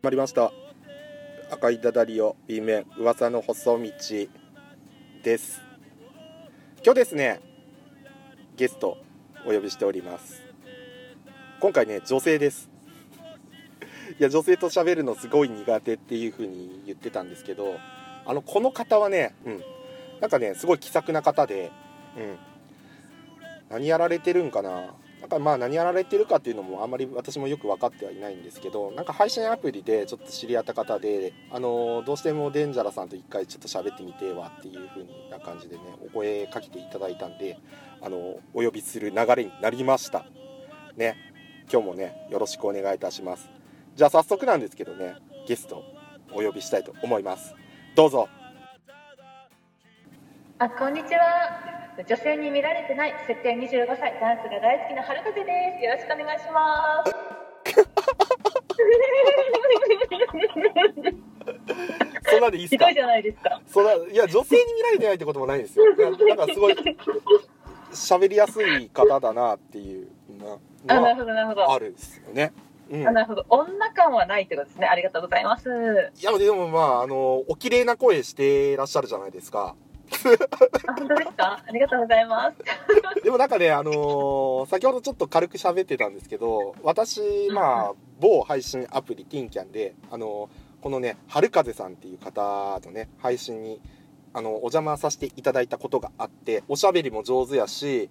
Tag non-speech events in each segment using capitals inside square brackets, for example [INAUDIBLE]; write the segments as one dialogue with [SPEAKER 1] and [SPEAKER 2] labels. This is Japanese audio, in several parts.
[SPEAKER 1] 始まりました赤いダダリオ B 面噂の細道です今日ですねゲストお呼びしております今回ね女性ですいや女性と喋るのすごい苦手っていう風に言ってたんですけどあのこの方はね、うん、なんかねすごい気さくな方で、うん、何やられてるんかななんかまあ何やられてるかっていうのもあんまり私もよく分かってはいないんですけどなんか配信アプリでちょっと知り合った方で、あのーどうしてもデンジャラさんと一回ちょっと喋ってみてはっていう風な感じでねお声かけていただいたんで、あのーお呼びする流れになりましたね今日もねよろしくお願いいたしますじゃあ早速なんですけどねゲストお呼びしたいと思いますどうぞ
[SPEAKER 2] あこんにちは女性に見られてない設定25歳ダンスが大好きな春風ですよろしくお願いします
[SPEAKER 1] [LAUGHS] そんなんでいいです
[SPEAKER 2] す
[SPEAKER 1] か
[SPEAKER 2] ごいじゃないですか
[SPEAKER 1] そらいや女性に見られてないってこともないん
[SPEAKER 2] [LAUGHS]
[SPEAKER 1] ですよななんかすごい喋りやすい方だなっていう
[SPEAKER 2] あ
[SPEAKER 1] の
[SPEAKER 2] なる
[SPEAKER 1] は
[SPEAKER 2] ほどなるほど
[SPEAKER 1] あ
[SPEAKER 2] あ
[SPEAKER 1] るんですよね、うん、い
[SPEAKER 2] なるほど女感はないってことですねありがとうございます
[SPEAKER 1] やでもまああのお綺麗な声してらっしゃるじゃないですか
[SPEAKER 2] あ本当ですかありがとうございます
[SPEAKER 1] [LAUGHS] でもなんかねあのー先ほどちょっと軽く喋ってたんですけど私まあ某配信アプリティンキャンであのーこのね春風さんっていう方のね配信にあのお邪魔させていただいたことがあっておしゃべりも上手やし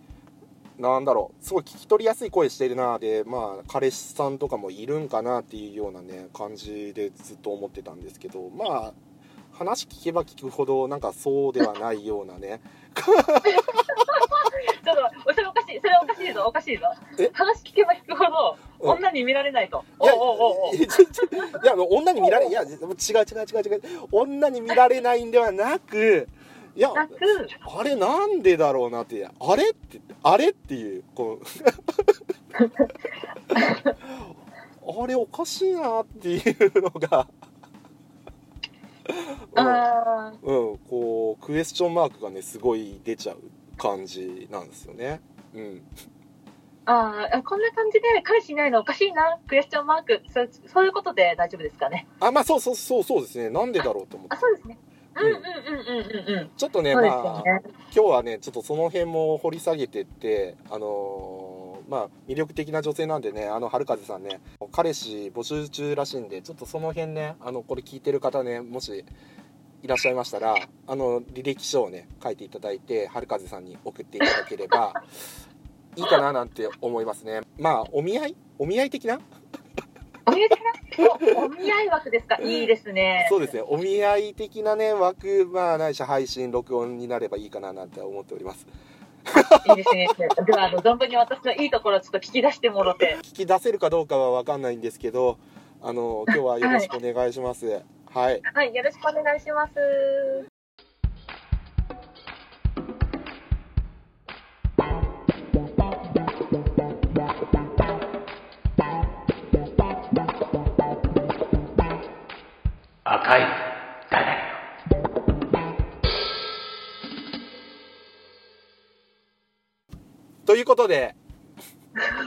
[SPEAKER 1] なんだろうすごい聞き取りやすい声してるなでまあ彼氏さんとかもいるんかなっていうようなね感じでずっと思ってたんですけどまあ話聞けば聞くほどなんかそうではないようなね
[SPEAKER 2] ちょっとそれおかしいそれおかしいぞおかしいぞ
[SPEAKER 1] え
[SPEAKER 2] 話聞けば聞くほ
[SPEAKER 1] うん
[SPEAKER 2] ど女に見られないと
[SPEAKER 1] い
[SPEAKER 2] おう
[SPEAKER 1] や
[SPEAKER 2] おうおうおう
[SPEAKER 1] いやちょちょいやあの女に見られいや違う違う違う違う女に見られないんではなくいや
[SPEAKER 2] なく
[SPEAKER 1] あれなんでだろうなってあれってあれっていうこ
[SPEAKER 2] [LAUGHS]
[SPEAKER 1] うあれおかしいなっていうのが
[SPEAKER 2] あー
[SPEAKER 1] うん、うん、こうクエスチョンマークがねすごい出ちゃう感じなんですよねうん
[SPEAKER 2] あーあ、こんな感じで彼氏いないのおかしいな、クエスチョンマーク、そうそういうことで大丈夫ですかね。
[SPEAKER 1] あまあそうそうそうそうですねなんでだろうと思って
[SPEAKER 2] あ、そうですね。うん
[SPEAKER 1] うん
[SPEAKER 2] うんうんうんうんうん。
[SPEAKER 1] ちょっとね
[SPEAKER 2] そうです
[SPEAKER 1] ま
[SPEAKER 2] よ
[SPEAKER 1] あ
[SPEAKER 2] ね。
[SPEAKER 1] 今日はねちょっとその辺も掘り下げてってあのーまあ魅力的な女性なんでねあの春風さんね彼氏募集中らしいんでちょっとその辺ねあのこれ聞いてる方ねもしいらっしゃいましたらあの履歴書をね書いていただいて春風さんに送っていただければ [LAUGHS] いいかななんて思いますねまあお見合いお見合い的な
[SPEAKER 2] お見合いですかおお見合い枠ですかいいですね。
[SPEAKER 1] そうですねお見合い的なね枠まあないし配信録音になればいいかななんて思っております
[SPEAKER 2] いいですね。では、あの、存分に私のいいところをちょっと聞き出してもろて。
[SPEAKER 1] 聞き出せるかどうかは分かんないんですけどあの今日はよろしくお願いしますはい、
[SPEAKER 2] [LAUGHS] はい、よろしくお願いします。
[SPEAKER 3] 赤いダダ
[SPEAKER 1] ということで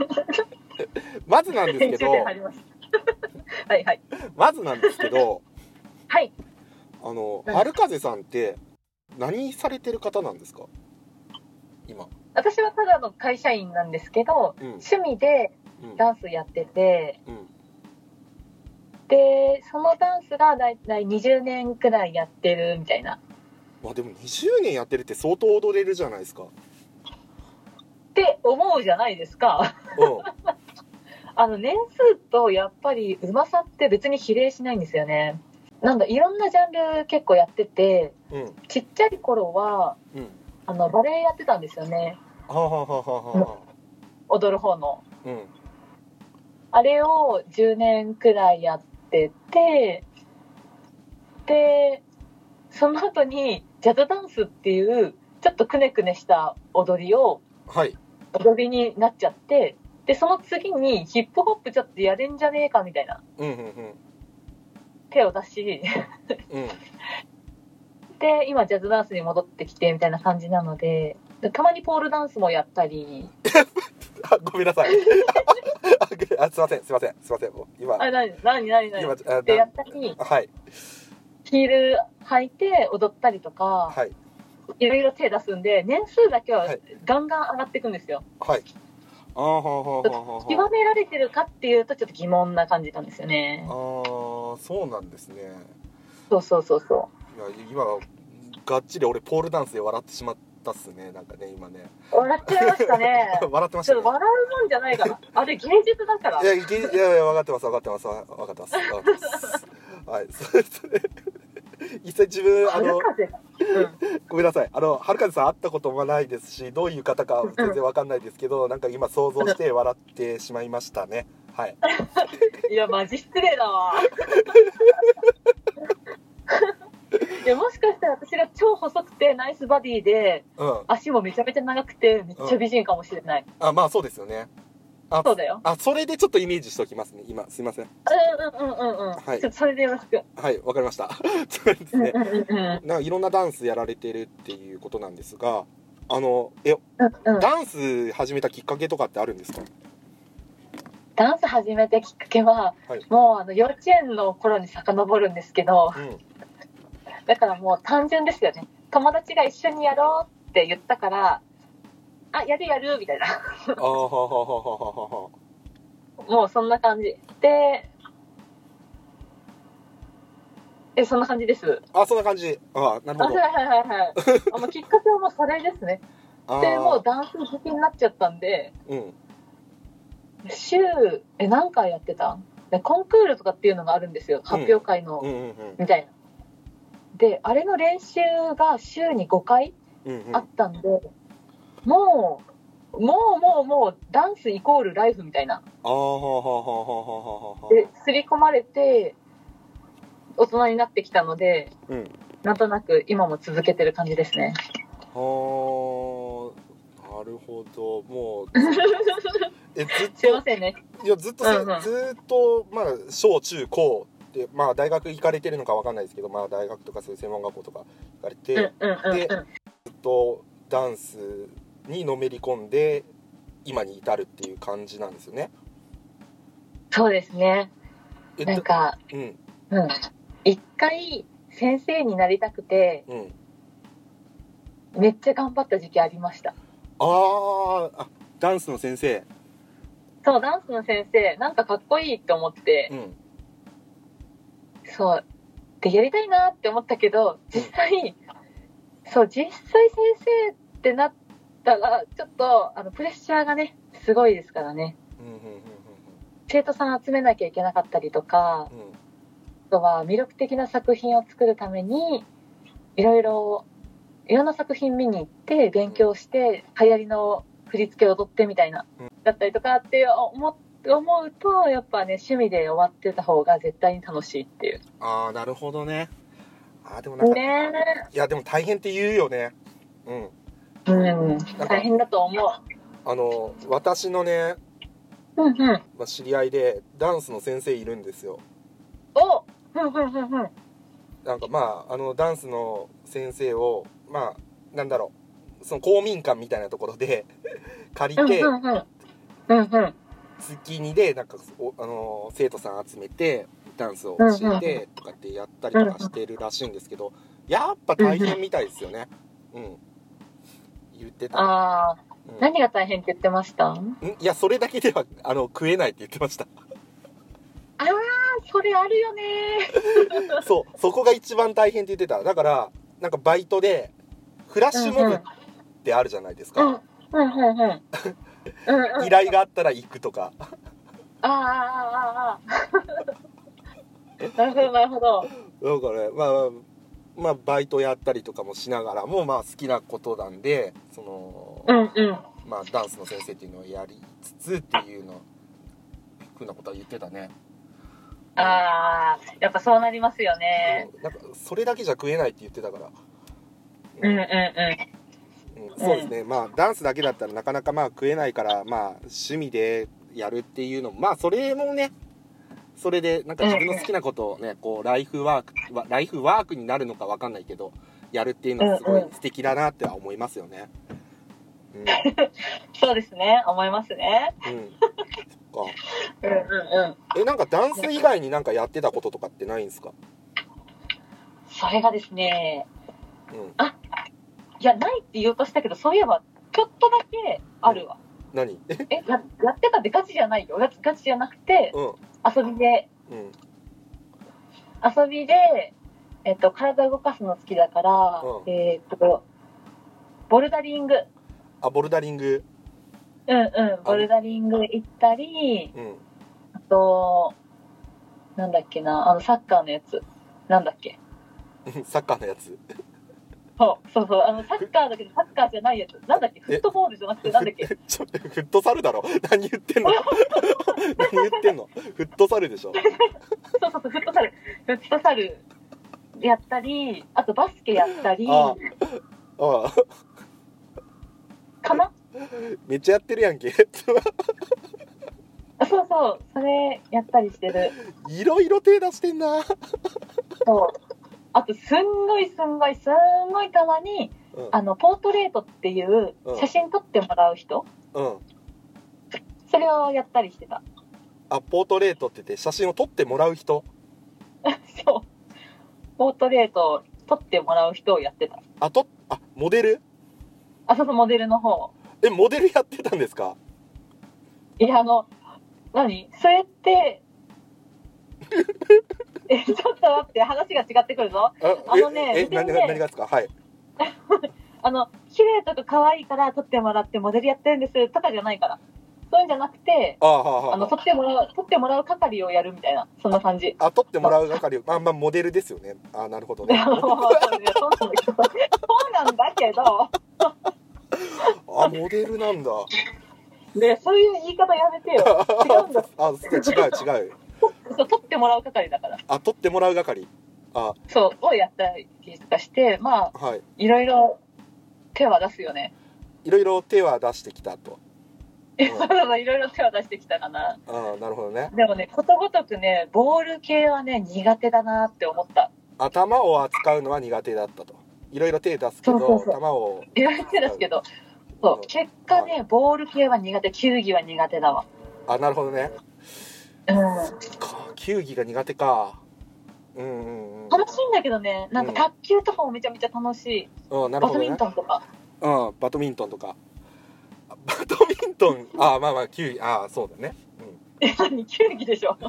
[SPEAKER 1] [LAUGHS] まずなん
[SPEAKER 2] [LAUGHS]
[SPEAKER 1] ですけど
[SPEAKER 2] 編集点入りました。はいはい。
[SPEAKER 1] まずなんですけど
[SPEAKER 2] はい。
[SPEAKER 1] あの
[SPEAKER 2] はい
[SPEAKER 1] 春風さんって何されてる方なんですか今
[SPEAKER 2] 私はただの会社員なんですけど、
[SPEAKER 1] うん
[SPEAKER 2] 趣味で
[SPEAKER 1] うん
[SPEAKER 2] ダンスやってて、
[SPEAKER 1] うん
[SPEAKER 2] でそのダンスがだいたい20年くらいやってるみたいな
[SPEAKER 1] まあでも20年やってるって相当踊れるじゃないですか
[SPEAKER 2] って思うじゃないですか [LAUGHS]
[SPEAKER 1] う
[SPEAKER 2] あの年数とやっぱりうまさって別に比例しないんですよねなんだいろんなジャンル結構やってて
[SPEAKER 1] んうん
[SPEAKER 2] ちっちゃい頃は
[SPEAKER 1] うん
[SPEAKER 2] あのバレエやってたんですよね
[SPEAKER 1] はあ、はあはあはあは
[SPEAKER 2] 踊る方の
[SPEAKER 1] あ、うん
[SPEAKER 2] あれを10年くらいやっててでその後にジャズダンスっていうちょっとくねくねした踊りを
[SPEAKER 1] はい
[SPEAKER 2] 踊りになっちゃってでその次にヒップホップちょっとやれんじゃねえかみたいな
[SPEAKER 1] うんうんうん
[SPEAKER 2] 手を出し [LAUGHS]
[SPEAKER 1] うん [LAUGHS]
[SPEAKER 2] で今ジャズダンスに戻ってきてみたいな感じなのででたまにポールダンスもやったり
[SPEAKER 1] あごめんなさい [LAUGHS] ああすいませんすいませんすいませんもう今
[SPEAKER 2] あ、なになになになに
[SPEAKER 1] 今
[SPEAKER 2] っ
[SPEAKER 1] あ
[SPEAKER 2] て
[SPEAKER 1] な
[SPEAKER 2] やったり、
[SPEAKER 1] はい
[SPEAKER 2] ヒール履いて踊ったりとか、
[SPEAKER 1] はい
[SPEAKER 2] いろいろ手出すんで、年数だけは
[SPEAKER 1] はい
[SPEAKER 2] ガンガン上がっていくんですよ。
[SPEAKER 1] はいあーほうほうほうほうほう
[SPEAKER 2] 極められてるかっていうと、ちょっと疑問な感じなんですよね。
[SPEAKER 1] ああそうなんですね
[SPEAKER 2] そうそうそうそ
[SPEAKER 1] いや今がっちり俺ポールダンスで笑ってしまったっすねなんかね今ね。
[SPEAKER 2] う。笑っちゃいましたね
[SPEAKER 1] [LAUGHS] 笑ってまし
[SPEAKER 2] ち
[SPEAKER 1] た
[SPEAKER 2] ょ
[SPEAKER 1] ね
[SPEAKER 2] っと笑うもんじゃないから。あれ芸術だから
[SPEAKER 1] い。やいけいやいや分かってます分かってます分かってます分かってますはいそれそれ実際自分あ
[SPEAKER 2] 春
[SPEAKER 1] の
[SPEAKER 2] 風が。うん。
[SPEAKER 1] ごめんなさいあのはるかぜさん会ったこともないですしどういう方か全然わかんないですけど、なんか今想像して笑ってしまいましたねはい
[SPEAKER 2] いや、マジ失礼だ
[SPEAKER 1] [LAUGHS]
[SPEAKER 2] わ。いや、もしかしたら私が超細くてナイスバディで、
[SPEAKER 1] うん
[SPEAKER 2] 足もめちゃめちゃ長くて、めっちゃ美人かもしれない。
[SPEAKER 1] あまあそうですよねあ
[SPEAKER 2] そうだよ。
[SPEAKER 1] あそれでちょっとイメージしておきますね今すいません
[SPEAKER 2] うんうんうんうんうん。
[SPEAKER 1] はい
[SPEAKER 2] ちょっとそれでよろしく。
[SPEAKER 1] はいわかりました [LAUGHS] そうです
[SPEAKER 2] うんう
[SPEAKER 1] ね
[SPEAKER 2] んうんうん
[SPEAKER 1] なんかいろんなダンスやられてるっていうことなんですがあのえ
[SPEAKER 2] うんうん。
[SPEAKER 1] ダンス始めたきっかけとかってあるんですか
[SPEAKER 2] ダンス始めたきっかけは、
[SPEAKER 1] はい
[SPEAKER 2] もうあの幼稚園の頃に遡るんですけど、
[SPEAKER 1] うん
[SPEAKER 2] だからもう単純ですよね。友達が一緒にやろうって言ったから、あ、やるやるみたいな。
[SPEAKER 1] あーははははははは
[SPEAKER 2] もうそんな感じ。で、え、そんな感じです。
[SPEAKER 1] あそんな感じあなる
[SPEAKER 2] あ、
[SPEAKER 1] ほ
[SPEAKER 2] はい
[SPEAKER 1] ど
[SPEAKER 2] はいはいはい。あもうきっかけはもうそれですね。
[SPEAKER 1] [LAUGHS] あー
[SPEAKER 2] で、もうダンス好きになっちゃったんで、
[SPEAKER 1] うん
[SPEAKER 2] 週、え、何回やってたでコンクールとかっていうのがあるんですよ。発表会の、
[SPEAKER 1] うんうんうん
[SPEAKER 2] みたいな。で、あれの練習が週に5回
[SPEAKER 1] うんうん
[SPEAKER 2] あったんで、もう、もうもうもうダンスイコールライフみたいな。
[SPEAKER 1] あーははははははは
[SPEAKER 2] で、刷り込まれて、大人になってきたので、
[SPEAKER 1] うん
[SPEAKER 2] なんとなく今も続けてる感じです
[SPEAKER 1] [LAUGHS]
[SPEAKER 2] ね。
[SPEAKER 1] はあなるほどもうえずっ
[SPEAKER 2] すいま
[SPEAKER 1] と
[SPEAKER 2] せんね。
[SPEAKER 1] いやずっとせ、
[SPEAKER 2] うんうん
[SPEAKER 1] ずーっとまあ小中高でまあ大学行かれてるのかわかんないですけどまあ大学とかそういう専門学校とか行かれて、
[SPEAKER 2] うんうんうん
[SPEAKER 1] で
[SPEAKER 2] うん。
[SPEAKER 1] ずっとダンスにのめり込んで今に至るっていう感じなんですよね
[SPEAKER 2] そうですね。
[SPEAKER 1] え
[SPEAKER 2] なんか、
[SPEAKER 1] うん
[SPEAKER 2] うん。一回、先生になりたくて、
[SPEAKER 1] うん
[SPEAKER 2] めっちゃ頑張った時期ありました。
[SPEAKER 1] あーあダンスの先生
[SPEAKER 2] そう、ダンスの先生、なんかかっこいいって思って、
[SPEAKER 1] うん
[SPEAKER 2] そう。で、やりたいなって思ったけど、実際、そう、実際先生ってなったら、ちょっと、あの、プレッシャーがね、すごいですからね。
[SPEAKER 1] うんうんうんうん
[SPEAKER 2] 生徒さん集めなきゃいけなかったりとか、
[SPEAKER 1] うんうん
[SPEAKER 2] あとは魅力的な作品を作るために、いろいろ、いろんな作品見に行って、勉強して、流行りの振り付けを踊ってみたいな
[SPEAKER 1] うん、
[SPEAKER 2] だったりとかって思思うと、やっぱね、趣味で終わってた方が絶対に楽しいっていう。
[SPEAKER 1] ああなるほどねあーでもなんか、
[SPEAKER 2] ねえ。
[SPEAKER 1] いやでも大変って言うよねうん
[SPEAKER 2] うん、
[SPEAKER 1] か
[SPEAKER 2] 大変だと思う。
[SPEAKER 1] あの私のね、
[SPEAKER 2] うんうん。
[SPEAKER 1] まあ、知り合いでダンスの先生いるんですよ
[SPEAKER 2] おうんうんうんうん。
[SPEAKER 1] なんかまああのダンスの先生をまあなんだろうその公民館みたいなところで [LAUGHS] 借
[SPEAKER 2] う
[SPEAKER 1] り
[SPEAKER 2] ん
[SPEAKER 1] て
[SPEAKER 2] うんうん。うんうん。
[SPEAKER 1] 月2でなんかおあの生徒さん集めてダンスを教えてとかってやったりとかしてるらしいんですけどやっぱ大変みたいですよねうん言ってた、
[SPEAKER 2] ああ、
[SPEAKER 1] うん
[SPEAKER 2] 何が大変って言ってましたあ
[SPEAKER 1] んいやそれだけではあの食えないって言ってま
[SPEAKER 2] [LAUGHS]
[SPEAKER 1] した
[SPEAKER 2] あ、それあるよね
[SPEAKER 1] そう、そこが一番大変って言ってた。だから、なんかバイトで、フラッシュモブってあるじゃないです
[SPEAKER 2] ー。うん。
[SPEAKER 1] か。
[SPEAKER 2] うんうんうん。うんうん。
[SPEAKER 1] 依頼があったら行くとか。
[SPEAKER 2] ああ、ああ、ああ。 [LAUGHS] なるほど、なるほど。
[SPEAKER 1] だから、まあ、まあ、バイトやったりとかもしながらも、まあ、好きなことなんで、その
[SPEAKER 2] う、んうん。
[SPEAKER 1] まあ、ダンスの先生っていうのをやりつつっていうの、ふうなことは言ってたね。
[SPEAKER 2] ああ、やっぱそうなりますよね。
[SPEAKER 1] うんなんか、それだけじゃ食えないって言ってたから。
[SPEAKER 2] うんうんう
[SPEAKER 1] うんそうですね、まあダンスだけだったらなかなかまあ食えないからまあ趣味でやるっていうのもまあそれもねそれでなんか自分の好きなことをねこうライフワークわライフワークになるのかわかんないけどやるっていうのはすごい
[SPEAKER 2] うんうん
[SPEAKER 1] 素敵だなっては思いますよね。うん
[SPEAKER 2] そうですね、思いますね。
[SPEAKER 1] うん、そっか
[SPEAKER 2] うんうんうん。
[SPEAKER 1] えなんかダンス以外になんかやってたこととかってないんですか、
[SPEAKER 2] それがですね、
[SPEAKER 1] うん、
[SPEAKER 2] いや、ないって言おうとしたけど、そういえば、ちょっとだけあるわ。
[SPEAKER 1] 何え
[SPEAKER 2] え、ややってたってガチじゃないよ。ガチガチじゃなくて、
[SPEAKER 1] うん
[SPEAKER 2] 遊びで、
[SPEAKER 1] うん
[SPEAKER 2] 遊びで、えっと、体動かすの好きだから、
[SPEAKER 1] うん
[SPEAKER 2] えっと、ボルダリング。
[SPEAKER 1] あボルダリング
[SPEAKER 2] うんうん、ボルダリング行ったり、
[SPEAKER 1] うん
[SPEAKER 2] あと、なんだっけな、あの、サッカーのやつ。なんだっけ。
[SPEAKER 1] うんサッカーのやつ
[SPEAKER 2] そうそうそう、あの、サッカーだけど、サッカーじゃないやつ。なんだっけ、フットボールじゃなくて、なんだっ
[SPEAKER 1] [LAUGHS]
[SPEAKER 2] け。
[SPEAKER 1] ちょフットサルだろ [LAUGHS] 何言ってん
[SPEAKER 2] [LAUGHS]
[SPEAKER 1] の何言ってんのフットサルでしょ
[SPEAKER 2] そうそうそう、フットサル。フットサルやったり、あとバスケやったり、
[SPEAKER 1] あああ
[SPEAKER 2] かな
[SPEAKER 1] めっちゃやってるやんけ [LAUGHS]
[SPEAKER 2] あそうそう、それやったりしてる。
[SPEAKER 1] いろいろ手出してんな、
[SPEAKER 2] そう。あと、すんごいすんごいすんごいたまに、
[SPEAKER 1] うん、
[SPEAKER 2] あの、ポートレートっていう
[SPEAKER 1] うん
[SPEAKER 2] 写真撮ってもらう人、
[SPEAKER 1] うん
[SPEAKER 2] それをやったりしてた。 [LAUGHS]
[SPEAKER 1] あポートレートって言って写真を撮ってもらう人
[SPEAKER 2] そう。ポートレート撮ってもらう人をやってた。
[SPEAKER 1] あとあモデル
[SPEAKER 2] あ、そうそう、モデルの方。
[SPEAKER 1] えモデルやってたんですか
[SPEAKER 2] いや、あの、何それって、 [LAUGHS] え、ちょっと待って、話が違ってくるぞ。
[SPEAKER 1] あ
[SPEAKER 2] あのね
[SPEAKER 1] ええ
[SPEAKER 2] 全
[SPEAKER 1] 何
[SPEAKER 2] 然ね
[SPEAKER 1] 何がですかはい
[SPEAKER 2] あの、綺麗とか可愛いから撮ってもらってモデルやってるんですとかじゃないから。そういうんじゃなくて、
[SPEAKER 1] ああはあは
[SPEAKER 2] あの、撮ってもらう、撮ってもらう係をやるみたいな、そんな感じ。
[SPEAKER 1] ああ撮ってもらう係まあまあモデルですよねあなるほど
[SPEAKER 2] い
[SPEAKER 1] ね
[SPEAKER 2] や [LAUGHS] もうそうなんだけどそうなんだけど、
[SPEAKER 1] あモデルなんだ
[SPEAKER 2] ね、そういう言い方やめて [LAUGHS] よ。違うんだ。
[SPEAKER 1] [LAUGHS] あ違う違う
[SPEAKER 2] そう、撮ってもらう係だから。
[SPEAKER 1] あ撮ってもらう係あ
[SPEAKER 2] そう、をやったりとかして、まあ、
[SPEAKER 1] はい
[SPEAKER 2] いろいろ手は出すよね。
[SPEAKER 1] いろいろ手は出してきたと
[SPEAKER 2] えそうそう [LAUGHS] いろいろ手は出してきたかな。
[SPEAKER 1] あなるほどね
[SPEAKER 2] でもね、ことごとくね、ボール系はね、苦手だなって思った。
[SPEAKER 1] 頭を扱うのは苦手だったといろいろ手出すけど
[SPEAKER 2] そうそうそう
[SPEAKER 1] 球を
[SPEAKER 2] いろいろ手ですけど、そう、結果ね、ボール系は苦手、球技は苦手だわ。
[SPEAKER 1] あなるほどね
[SPEAKER 2] うん。
[SPEAKER 1] か球技が苦手かうんうんうん
[SPEAKER 2] 楽しいんだけどね、なんか卓球とかもめちゃめちゃ楽しい。
[SPEAKER 1] うん、なるほ
[SPEAKER 2] バド
[SPEAKER 1] ど
[SPEAKER 2] ミ
[SPEAKER 1] ね
[SPEAKER 2] ントンとか。 [LAUGHS]
[SPEAKER 1] うんバドミントンとかあバドミントンあまあまあ球技あそうだね、
[SPEAKER 2] え、何球技でしょ
[SPEAKER 1] う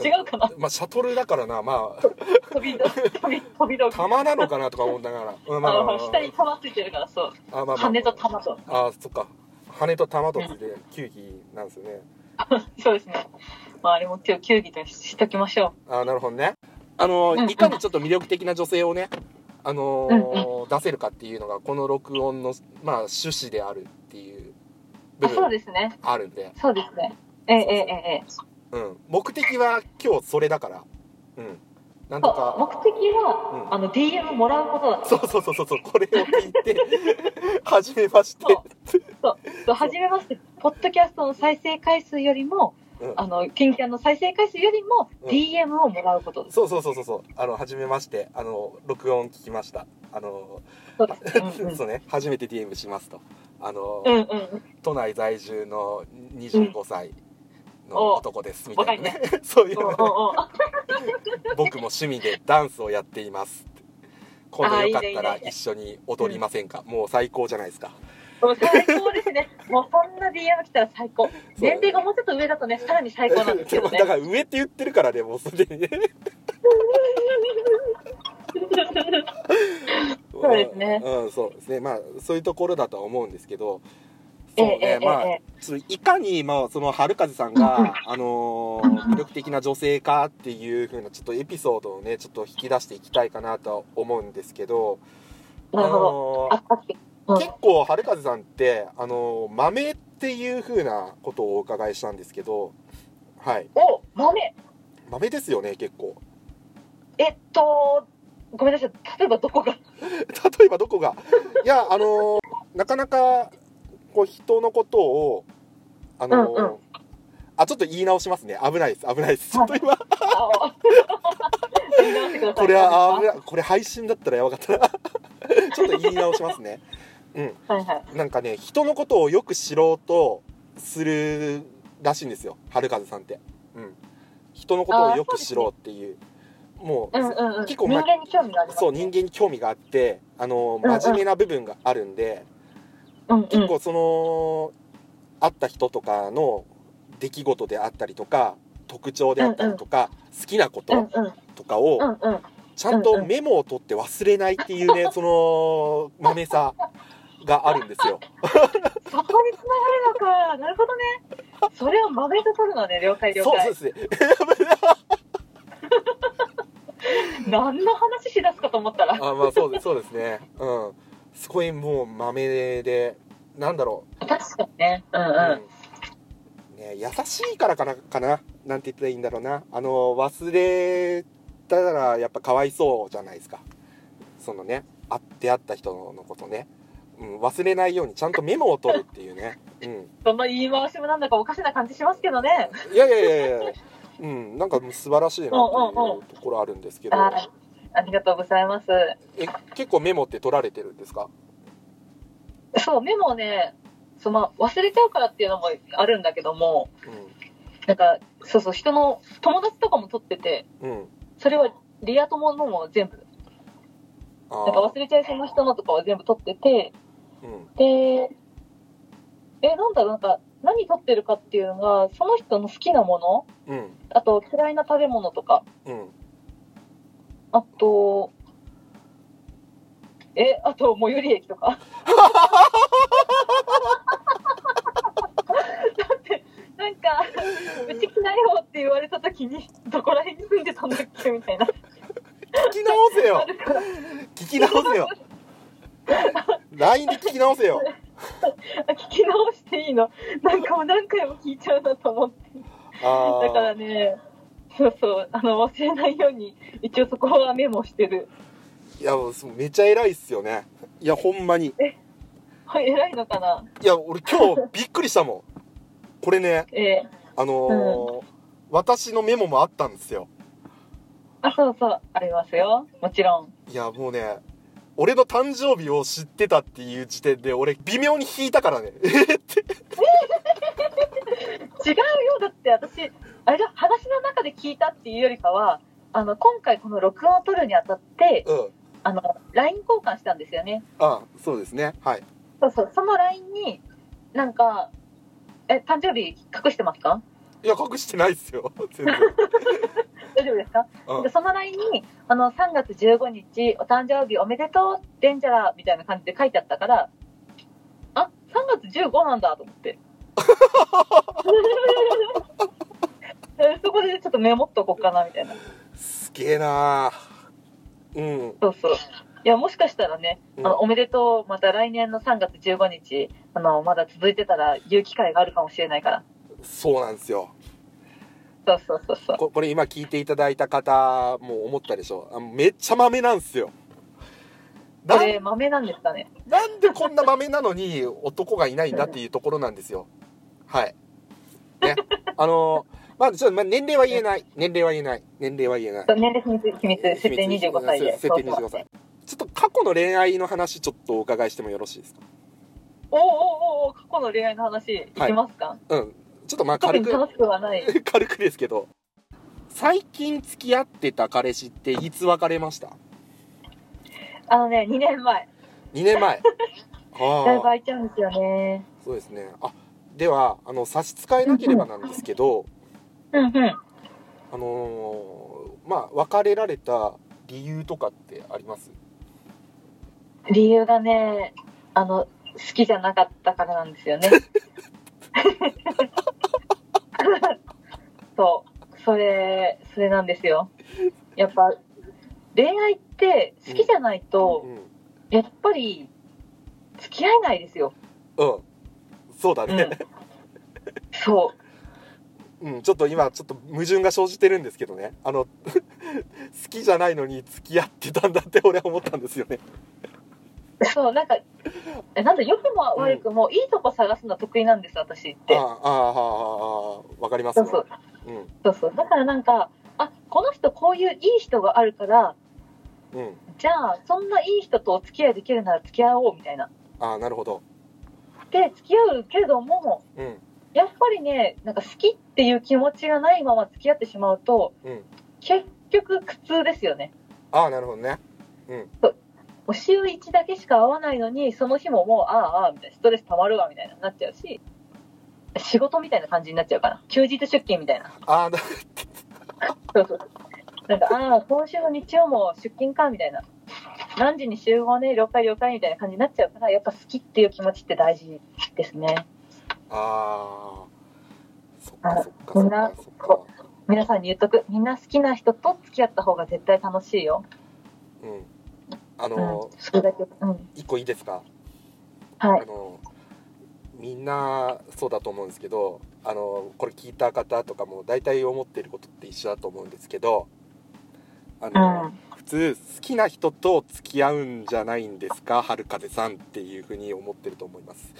[SPEAKER 1] ん、
[SPEAKER 2] 違うかな
[SPEAKER 1] まあシャトルだからなまあ
[SPEAKER 2] 飛び、飛び、飛び道具。
[SPEAKER 1] 球なのかなとか思いながら、うん、まあま
[SPEAKER 2] あ
[SPEAKER 1] あまあ
[SPEAKER 2] の、下に球ついてるから、そう。
[SPEAKER 1] あまあまあ
[SPEAKER 2] 羽と球と。
[SPEAKER 1] あそっか羽と玉とついて球技なんですよね
[SPEAKER 2] そうですね。まあ、あれも今日球技としときましょ
[SPEAKER 1] あなるほどねあの
[SPEAKER 2] うんうん
[SPEAKER 1] いかにちょっと魅力的な女性をねあのー出せるかっていうのがこの録音の、まあ、趣旨であるっていう
[SPEAKER 2] う。
[SPEAKER 1] 部
[SPEAKER 2] あそう
[SPEAKER 1] 分
[SPEAKER 2] ですね。
[SPEAKER 1] あるんで
[SPEAKER 2] そうですね。ええええええ。
[SPEAKER 1] うん、目的は今日それだからうんなんと
[SPEAKER 2] そう
[SPEAKER 1] か
[SPEAKER 2] 目的は、
[SPEAKER 1] うん
[SPEAKER 2] あの、DM もらうことだ。
[SPEAKER 1] そうそうそうそうそうこれを聞い
[SPEAKER 2] [LAUGHS]
[SPEAKER 1] て初めまして
[SPEAKER 2] そそう、初めまして、ポッドキャストの再生回数よりも、
[SPEAKER 1] うん
[SPEAKER 2] あの、キンキャンの再生回数よりも、
[SPEAKER 1] うん
[SPEAKER 2] DM をもらうことです。
[SPEAKER 1] そうそうそうそうそうあの初めましてあの録音聞きましたあの
[SPEAKER 2] そうです。うんう
[SPEAKER 1] [LAUGHS]
[SPEAKER 2] ん。
[SPEAKER 1] そうね初めて DM しますとあの、
[SPEAKER 2] うんうん。
[SPEAKER 1] 都内在住の25歳の男ですみたいなね、 [LAUGHS] そういう
[SPEAKER 2] おう
[SPEAKER 1] ね
[SPEAKER 2] おうおうあ
[SPEAKER 1] 僕も趣味でダンスをやっていますって今度よかったら一緒に踊りませんかもう最高じゃないですか
[SPEAKER 2] もう最高ですね。もうそんな DM 来たら最高。年齢がもうちょっと上だとね、さらに最高なんですけ
[SPEAKER 1] で
[SPEAKER 2] ど
[SPEAKER 1] も [LAUGHS]
[SPEAKER 2] ね
[SPEAKER 1] だ。から上って言ってるからねもうすでにね
[SPEAKER 2] [LAUGHS] そうですね
[SPEAKER 1] うん、うんそうですねまあそういうところだとは思うんですけどそうね、
[SPEAKER 2] ええええ
[SPEAKER 1] まあ
[SPEAKER 2] え
[SPEAKER 1] そのいかに、まあ、その春風さん
[SPEAKER 2] [LAUGHS]
[SPEAKER 1] が、あのー魅力的な女性かっていう風なちょっとエピソードをねちょっと引き出していきたいかなとは思うんですけど
[SPEAKER 2] なるほど。
[SPEAKER 1] あのー
[SPEAKER 2] あ、あっうん
[SPEAKER 1] 結構春風さんって、あのー豆っていう風なことをお伺いしたんですけどはい
[SPEAKER 2] お、豆。
[SPEAKER 1] 豆ですよね結構 [LAUGHS]
[SPEAKER 2] えっと、ごめんなさい。例えばどこが。
[SPEAKER 1] 例えばどこがいやあのーなかなかこう人のことをあのー
[SPEAKER 2] うんうん
[SPEAKER 1] あちょっと言い直しますね危ないです危ないですちょっと今
[SPEAKER 2] あ言い直してください
[SPEAKER 1] [LAUGHS] これは、あー危ないこれ配信だったらやばかったな。ちょっと言い直しますね。うん、
[SPEAKER 2] はいはい。
[SPEAKER 1] なんかね人のことをよく知ろうとするらしいんですよ春風さんって、うん、人のことをよく知ろうっていうもう、
[SPEAKER 2] うんうんうん。
[SPEAKER 1] 結構まあ
[SPEAKER 2] 人間に興味があります。
[SPEAKER 1] そう人間に興味があってあの
[SPEAKER 2] うんうん
[SPEAKER 1] 真面目な部分があるんで、
[SPEAKER 2] うんうん。
[SPEAKER 1] 結構その会った人とかの出来事であったりとか特徴であったりとか、好きなこ
[SPEAKER 2] うん
[SPEAKER 1] と
[SPEAKER 2] うん
[SPEAKER 1] とかを、
[SPEAKER 2] うんうん。
[SPEAKER 1] ちゃんとメモを取って忘れないって
[SPEAKER 2] [LAUGHS]
[SPEAKER 1] いうね、そのまめさがあるんですよ。
[SPEAKER 2] そこに繋がるのか。なるほどね。それを豆で取るのね。了 [LAUGHS] 解了
[SPEAKER 1] そうそう
[SPEAKER 2] 解
[SPEAKER 1] で。すね。
[SPEAKER 2] 何の話しだすかと思ったら。
[SPEAKER 1] あまあそうですそうですね。うん。すごいもう豆でなんだろ
[SPEAKER 2] 確かにね。うん
[SPEAKER 1] う。
[SPEAKER 2] うん。
[SPEAKER 1] うんね優しいからかなかななんて言ったらいいんだろうな。あの忘れたらやっぱかわいそうじゃないですか。そのねあ出会った人のことね。うん、忘れないようにちゃんとメモを取るっていうね。うん。
[SPEAKER 2] その言い回しもなんだかおかしな感じしますけどね。
[SPEAKER 1] いやいやいやいや、うん、なんかもう素晴らしいなっていう
[SPEAKER 2] うんうんうん
[SPEAKER 1] ところあるんですけど、
[SPEAKER 2] はい。ありがとうございます。
[SPEAKER 1] え結構メモって取られてるんですか
[SPEAKER 2] そう、メモね、そうまあ、忘れちゃうからっていうのもあるんだけども、なんか、そうそう、人の友達とかも取ってて、
[SPEAKER 1] うん。うん。
[SPEAKER 2] それはリア友のも全部、
[SPEAKER 1] あ
[SPEAKER 2] なんか
[SPEAKER 1] ー
[SPEAKER 2] 忘れちゃいそうな人のとかは全部取ってて、
[SPEAKER 1] うん。
[SPEAKER 2] で、え、なんだろう、なんか、何取ってるかっていうのが、その人の好きなもの、
[SPEAKER 1] うん。
[SPEAKER 2] あと嫌いな食べ物とか、
[SPEAKER 1] うん。
[SPEAKER 2] あと、え、あと、最寄り駅とか。だって、なんか、うち来なよって言われた時に、どこら辺に住んでたんだっけみたいな。
[SPEAKER 1] 聞き直せよ
[SPEAKER 2] [LAUGHS] あるから
[SPEAKER 1] 聞き直せよ !LINE で聞き直せよ
[SPEAKER 2] 聞き直していいの。なんかもう何回も聞いちゃうなと思って。
[SPEAKER 1] あ
[SPEAKER 2] だから
[SPEAKER 1] ー
[SPEAKER 2] ね、そうそう、あの、忘れないように、一応そこはメモしてる。
[SPEAKER 1] いや、もうめっちゃ偉いっすよね。いや、ほんまに。
[SPEAKER 2] はい偉いのかない
[SPEAKER 1] や、俺今日びっくりしたもん。これね、
[SPEAKER 2] ええ
[SPEAKER 1] あのー私のメモもあったんですよ。
[SPEAKER 2] あ、そうそう、ありますよ。もちろん。
[SPEAKER 1] いやもうね俺の誕生日を知ってたっていう時点で俺微妙に引いたからね [LAUGHS]
[SPEAKER 2] 違うよだって私あれだ話の中で聞いたっていうよりかはあの今回この録音を取るにあたって
[SPEAKER 1] うん
[SPEAKER 2] あの LINE 交換したんですよね
[SPEAKER 1] あそうですねはい
[SPEAKER 2] そうそうその LINE になんか「え誕生日隠してますか
[SPEAKER 1] いや隠してないっすよ全然、
[SPEAKER 2] 大丈夫ですか?」
[SPEAKER 1] うん
[SPEAKER 2] で、その LINE にあの「3月15日お誕生日おめでとうデンジャラ」みたいな感じで書いてあったからあ3月15なんだと思って
[SPEAKER 1] [LAUGHS]
[SPEAKER 2] えそこでちょっとメモっとこうかなみたいな
[SPEAKER 1] すげえなーうん
[SPEAKER 2] そうそう。いや、もしかしたらね、
[SPEAKER 1] うん
[SPEAKER 2] あの、おめでとう、また来年の3月15日、あの、まだ続いてたら言う機会があるかもしれないから。
[SPEAKER 1] そうなんですよ
[SPEAKER 2] そうそうそうそう。
[SPEAKER 1] ここれ今聞いていただいた方も思ったでしょあめっちゃマメなんすよな
[SPEAKER 2] こ
[SPEAKER 1] ん
[SPEAKER 2] れ、豆なんですかね。
[SPEAKER 1] なんでこんなマメなのに男がいないんだっていうところなんですよはいねあのまあちょっとまあ年齢は言えない年齢は言えない年齢は言えない
[SPEAKER 2] 年齢秘密、秘密、設定25歳で。
[SPEAKER 1] 設定25歳ちょっと過去の恋愛の話ちょっとお伺いしてもよろしいですか
[SPEAKER 2] おおおおーおー過去の恋愛の話、いきますか、
[SPEAKER 1] うんちょっとまあ
[SPEAKER 2] 特
[SPEAKER 1] 軽
[SPEAKER 2] に
[SPEAKER 1] く
[SPEAKER 2] 楽しくはない。
[SPEAKER 1] [LAUGHS] 軽くですけど最近付き合ってた彼氏っていつ別れました
[SPEAKER 2] あのね、2年前。
[SPEAKER 1] 2年
[SPEAKER 2] [LAUGHS]
[SPEAKER 1] 前
[SPEAKER 2] だいぶ
[SPEAKER 1] ああ
[SPEAKER 2] 空いちゃうんですよね。
[SPEAKER 1] そうですねあではあの差し支えなければなんですけど
[SPEAKER 2] うんうん。
[SPEAKER 1] あのーまあ別れられた理由とかってあります
[SPEAKER 2] 理由がね、あの、好きじゃなかったからなんですよね。そう、それ、それなんですよ。やっぱ、恋愛って好きじゃないうと、
[SPEAKER 1] ん、
[SPEAKER 2] やっぱり、付き合えないですよ。
[SPEAKER 1] うん、そうだ
[SPEAKER 2] う
[SPEAKER 1] ね
[SPEAKER 2] ん、そ
[SPEAKER 1] [LAUGHS] うん、ちょっと今ちょっと矛盾が生じてるんですけどねあの [LAUGHS] 好きじゃないのに付き合ってたんだって俺は思ったんですよね
[SPEAKER 2] う、そう、なんか、えなんだ、良くも悪くも、いいとこ探すの得意なんです、私っ
[SPEAKER 1] あ
[SPEAKER 2] て。
[SPEAKER 1] ああああああわかります
[SPEAKER 2] そ
[SPEAKER 1] よ
[SPEAKER 2] うそう、
[SPEAKER 1] うん
[SPEAKER 2] そうそう。だからなんか、あ、この人こういういい人があるから、
[SPEAKER 1] うん
[SPEAKER 2] じゃあそんないい人とお付き合いできるなら付き合おうみたいな
[SPEAKER 1] ああなるほど
[SPEAKER 2] で付き合うけども
[SPEAKER 1] うん
[SPEAKER 2] やっぱりねなんか好きっていう気持ちがないまま付き合ってしまうと
[SPEAKER 1] うん
[SPEAKER 2] 結局苦痛ですよね
[SPEAKER 1] ああなるほどねうん
[SPEAKER 2] もう週1だけしか会わないのにその日ももうああああみたいなストレス溜まるわみたいななっちゃうし仕事みたいな感じになっちゃうから休日出勤みたいな
[SPEAKER 1] ああだ
[SPEAKER 2] そうそうなんかああ今週の日曜も出勤かみたいな何時に集合ね了解了解みたいな感じになっちゃうからやっぱ好きっていう気持ちって大事ですね
[SPEAKER 1] あーそっかそっか
[SPEAKER 2] み
[SPEAKER 1] そ
[SPEAKER 2] ん
[SPEAKER 1] っ
[SPEAKER 2] な
[SPEAKER 1] かそっか
[SPEAKER 2] 皆さんに言っとくみんな好きな人と付き合った方が絶対楽しいよ、
[SPEAKER 1] うんあ
[SPEAKER 2] うん
[SPEAKER 1] の、
[SPEAKER 2] それだけ、うん、
[SPEAKER 1] 一個いいですか
[SPEAKER 2] はい
[SPEAKER 1] あのみんなそうだと思うんですけどあのこれ聞いた方とかも大体思ってることって一緒だと思うんですけどあ
[SPEAKER 2] う
[SPEAKER 1] の、
[SPEAKER 2] ん
[SPEAKER 1] 普通好きな人と付き合うんじゃないんですか春風さんっていうふうに思ってると思います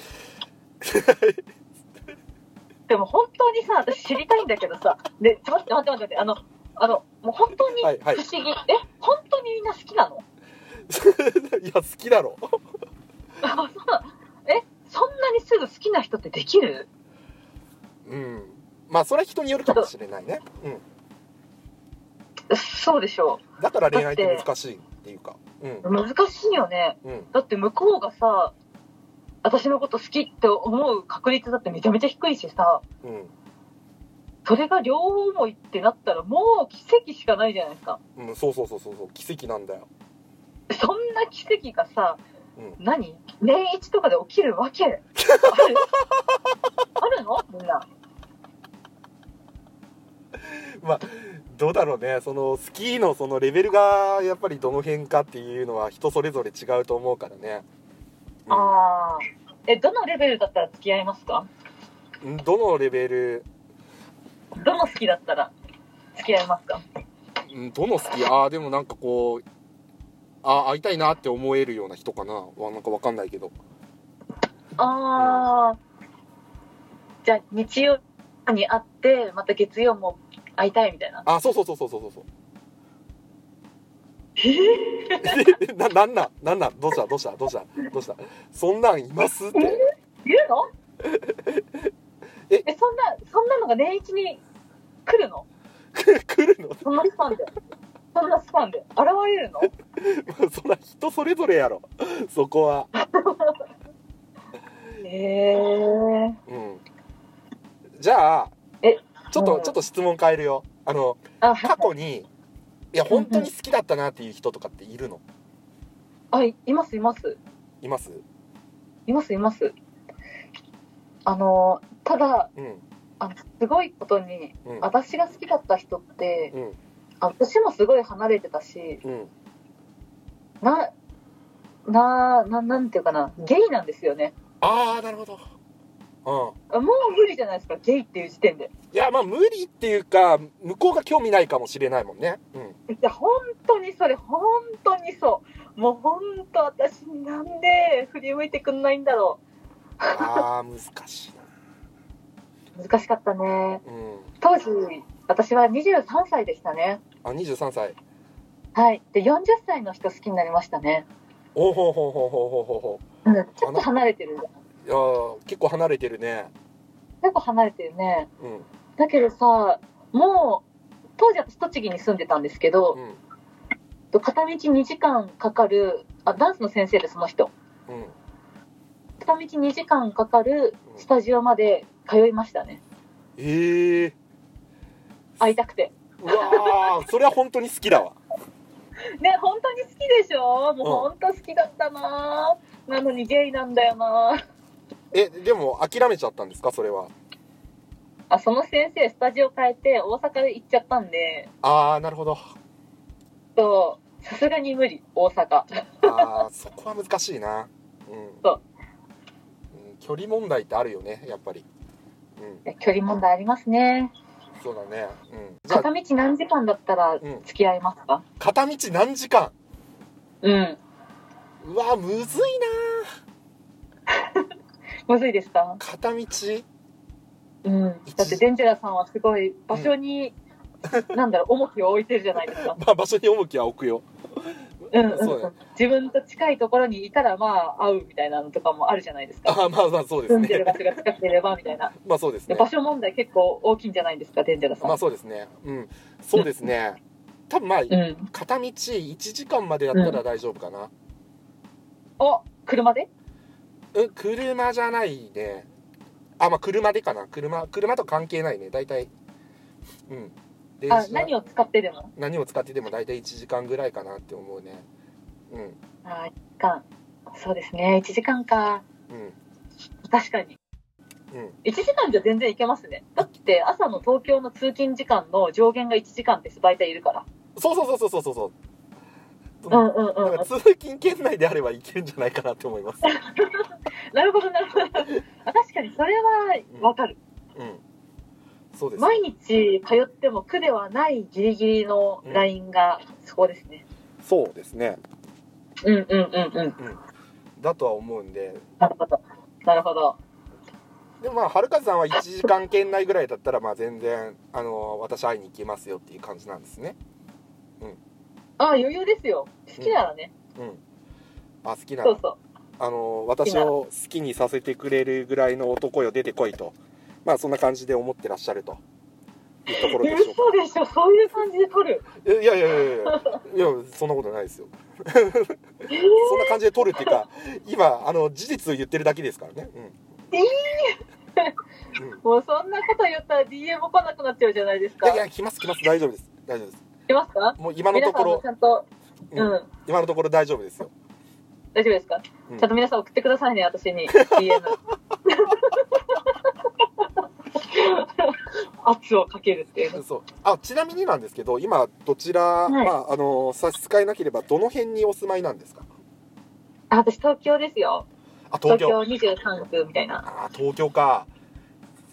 [SPEAKER 2] でも本当にさ私知りたいんだけどさでちょっと待って待って待って待ってあのあのもう本当に不
[SPEAKER 1] はいはい [LAUGHS] い
[SPEAKER 2] 思議、え本当にみんな好きなの
[SPEAKER 1] や好きだろ
[SPEAKER 2] あそうなのえそんなにすぐ好きな人ってできる
[SPEAKER 1] うんまあそれは人によるかもしれないね、う
[SPEAKER 2] そうでしょ
[SPEAKER 1] ん、だから恋愛って難しいっていうかうん
[SPEAKER 2] う難しいよね
[SPEAKER 1] うん
[SPEAKER 2] だって向こうがさ私のこと好きって思う確率だってめちゃめちゃ低いしさ
[SPEAKER 1] うん
[SPEAKER 2] それが両思いってなったらもう奇跡しかないじゃないですか
[SPEAKER 1] うん、そうそうそうそうそう奇跡なんだよ
[SPEAKER 2] そんな奇跡がさ、
[SPEAKER 1] う
[SPEAKER 2] 何年一とかで起きるわけあるあるのみんな。
[SPEAKER 1] どうだろうねそのスキーのそのレベルがやっぱりどの辺かっていうのは人それぞれ違うと思うからね、うん
[SPEAKER 2] ああ。え、どのレベルだったら付き合いますか
[SPEAKER 1] うん、どのレベル
[SPEAKER 2] どの好きだったら付き合いますか
[SPEAKER 1] うんどの好きああでもなんかこうあー会いたいなって思えるような人かなわなんかわかんないけど
[SPEAKER 2] ああ。じゃあ、日曜に会って、また月曜も会いたいみたいな。
[SPEAKER 1] あーそうそうそうそうそうそうそう
[SPEAKER 2] え
[SPEAKER 1] え [LAUGHS] ななんなんなんなんどうしたどうしたどうしたどうしたそんなんいますって [LAUGHS]
[SPEAKER 2] 言うの
[SPEAKER 1] え
[SPEAKER 2] え、そんな、そんなのが年一に来るの
[SPEAKER 1] く来るの [LAUGHS]
[SPEAKER 2] そんなスパンで。そんなスパンで。現れるの
[SPEAKER 1] まあそら人それぞれやろそこは
[SPEAKER 2] ええー。
[SPEAKER 1] うんじゃあ
[SPEAKER 2] え
[SPEAKER 1] ちょっと、
[SPEAKER 2] うん
[SPEAKER 1] ちょっと質問変えるよあの
[SPEAKER 2] あ、
[SPEAKER 1] 過去にいや本当に好きだったなっていう人とかっているの
[SPEAKER 2] あ、いいますいます。
[SPEAKER 1] います
[SPEAKER 2] いますいます。あの、ただ、
[SPEAKER 1] うん
[SPEAKER 2] あのすごいことに、
[SPEAKER 1] うん
[SPEAKER 2] 私が好きだった人って、
[SPEAKER 1] うん
[SPEAKER 2] あ年もすごい離れてたし、
[SPEAKER 1] うん
[SPEAKER 2] な、な、ななんていうかな、ゲイなんですよね。
[SPEAKER 1] ああなるほどうん
[SPEAKER 2] もう無理じゃないですか、ゲイっていう時点で。
[SPEAKER 1] いやまあ無理っていうか向こうが興味ないかもしれないもんねうん
[SPEAKER 2] いや、本当にそれ、本当にそう。もう本当私なんで振り向いてくんないんだろ。
[SPEAKER 1] ああ難しいう
[SPEAKER 2] 難しかったね。
[SPEAKER 1] なうん
[SPEAKER 2] 当時、私は23歳でしたね。
[SPEAKER 1] あ23歳
[SPEAKER 2] はい。で、40歳の人好きになりましたね。
[SPEAKER 1] おほほほほほほほ
[SPEAKER 2] うん、ちょっと離れてる。
[SPEAKER 1] いやー結構離れてるね
[SPEAKER 2] 結構離れてるね。
[SPEAKER 1] うん
[SPEAKER 2] だけどさ、もう、当時私栃木に住んでたんですけど
[SPEAKER 1] う、ん
[SPEAKER 2] と片道2時間かかる、あ、ダンスの先生でその人。
[SPEAKER 1] うん
[SPEAKER 2] 片道2時間かかるスタジオまで通いましたね。
[SPEAKER 1] ええ
[SPEAKER 2] 会いたくて。
[SPEAKER 1] うわーそれは本当に好きだわ
[SPEAKER 2] ね、本当に好きでしょもう本当好きだったなぁなのにゲイなんだよなぁ
[SPEAKER 1] えでも諦めちゃったんですかそれは
[SPEAKER 2] あ、その先生スタジオ変えて大阪で行っちゃったんで、
[SPEAKER 1] ああなるほど
[SPEAKER 2] と、さすがに無理、大阪。
[SPEAKER 1] ああそこは難しいなうん
[SPEAKER 2] そう
[SPEAKER 1] うん距離問題ってあるよねやっぱりうん
[SPEAKER 2] いや距離問題ありますね。
[SPEAKER 1] そうだねうんじゃ
[SPEAKER 2] 片
[SPEAKER 1] あ
[SPEAKER 2] 道何時間だったら
[SPEAKER 1] うん
[SPEAKER 2] 付き合いますか
[SPEAKER 1] 片道何時間
[SPEAKER 2] うん。
[SPEAKER 1] うわむずいな
[SPEAKER 2] むずいですか
[SPEAKER 1] 片道
[SPEAKER 2] うん
[SPEAKER 1] 一。時
[SPEAKER 2] だってデンジェラさんはすごい場所に、なんだろう、重きを置いてるじゃないですか。
[SPEAKER 1] まあ場所に重きは置くよ
[SPEAKER 2] うんうん、
[SPEAKER 1] そうだね
[SPEAKER 2] 自分と近いところにいたらまあ会うみたいなのとかもあるじゃないですか
[SPEAKER 1] あまあまあそうで
[SPEAKER 2] 住
[SPEAKER 1] す
[SPEAKER 2] んでる
[SPEAKER 1] ね
[SPEAKER 2] 場所が近ければみたいな、
[SPEAKER 1] [LAUGHS] まあそうですね
[SPEAKER 2] 場所問題結構大きいんじゃないですかデンジャラさん、
[SPEAKER 1] まあそうですねうんそうですね多分まあ
[SPEAKER 2] うん
[SPEAKER 1] 片道1時間までだったら大丈夫かな、
[SPEAKER 2] お車で
[SPEAKER 1] うん、車じゃないねあまあ車でかな車車と関係ないね大体うん電
[SPEAKER 2] あ
[SPEAKER 1] 車
[SPEAKER 2] 何を使ってでも
[SPEAKER 1] 何を使ってでも大体1時間ぐらいかなって思うねうん
[SPEAKER 2] あ1時間そうですね1時間か
[SPEAKER 1] うん
[SPEAKER 2] 確かに
[SPEAKER 1] うん
[SPEAKER 2] 1時間じゃ全然いけますねだって朝の東京の通勤時間の上限が1時間です大体いるから
[SPEAKER 1] そうそうそうそうそうそうそ
[SPEAKER 2] うん
[SPEAKER 1] うだ
[SPEAKER 2] うんう
[SPEAKER 1] から
[SPEAKER 2] ん
[SPEAKER 1] 通勤圏内であればいけるんじゃないかなって思います
[SPEAKER 2] なるほどなるほどあ確かにそれはわかる
[SPEAKER 1] うんそうです
[SPEAKER 2] 毎日通っても苦ではないギリギリのラインがそこですね。
[SPEAKER 1] そうですね
[SPEAKER 2] うんうんうんうん。
[SPEAKER 1] だとは思うんで
[SPEAKER 2] なるほど。なるほど。
[SPEAKER 1] でもまあはるかさんは1時間圏内ぐらいだったらまあ全然あの私会いに行きますよっていう感じなんですね
[SPEAKER 2] ああ、余裕ですよ。好きならね。
[SPEAKER 1] うんあ好きな
[SPEAKER 2] そうそ
[SPEAKER 1] あの私を好きにさせてくれるぐらいの男よ出てこいとまあそんな感じで思ってらっしゃるというとこ
[SPEAKER 2] う。
[SPEAKER 1] ろでしょうか
[SPEAKER 2] 嘘でしょ。そういう感じで撮る。
[SPEAKER 1] [LAUGHS] えいやいやいやいや [LAUGHS] いやそんなことないですよ [LAUGHS]
[SPEAKER 2] えー
[SPEAKER 1] そんな感じで取るっていうか今あの事実を言ってるだけですからねうん
[SPEAKER 2] え
[SPEAKER 1] うん
[SPEAKER 2] もうそんなこと言ったら DM 来なくなっちゃうじゃないです
[SPEAKER 1] い
[SPEAKER 2] か。
[SPEAKER 1] やい
[SPEAKER 2] 来
[SPEAKER 1] や来ます来ます大丈夫です大丈夫です
[SPEAKER 2] ますか
[SPEAKER 1] もう今の
[SPEAKER 2] 皆
[SPEAKER 1] とこ
[SPEAKER 2] さんも
[SPEAKER 1] ろ
[SPEAKER 2] ちゃんと、う
[SPEAKER 1] うん
[SPEAKER 2] ん、
[SPEAKER 1] 今のところ大丈夫ですよ
[SPEAKER 2] 大丈夫ですか、
[SPEAKER 1] うん
[SPEAKER 2] ちゃんと皆さん送ってくださいね、私に。DM。圧をかけるっていう。
[SPEAKER 1] そうあちなみになんですけど今どちら、
[SPEAKER 2] い
[SPEAKER 1] まあ、あの差し支えなければどの辺にお住まいなんですか
[SPEAKER 2] あ、私東京ですよ。
[SPEAKER 1] あ東
[SPEAKER 2] 東
[SPEAKER 1] 京
[SPEAKER 2] 京23区みたいな。
[SPEAKER 1] あー東京か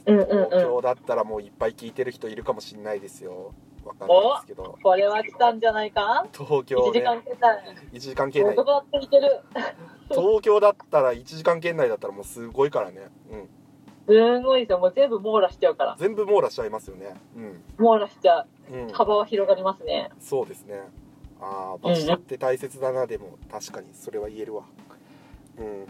[SPEAKER 2] うんうん
[SPEAKER 1] 東
[SPEAKER 2] うん。
[SPEAKER 1] 京だったらもういっぱい聞いてる人いるかもしれないですよわかんないですけど
[SPEAKER 2] これは来たんじゃないか
[SPEAKER 1] 東京
[SPEAKER 2] ?1 時
[SPEAKER 1] ね
[SPEAKER 2] 間くらい。
[SPEAKER 1] 1時間圏
[SPEAKER 2] [LAUGHS]
[SPEAKER 1] 内
[SPEAKER 2] 男だっていける。
[SPEAKER 1] 東京だったら1時間圏内だったらもうすごいからね、うん、
[SPEAKER 2] すごいですよ。もう全部網羅しちゃうから。
[SPEAKER 1] 全部網羅しちゃいますよねう
[SPEAKER 2] 網羅しちゃう。
[SPEAKER 1] ん、うん、
[SPEAKER 2] 幅は広がりますね。
[SPEAKER 1] そうですねああ場所って大切だなでも確かにそれは言えるわうん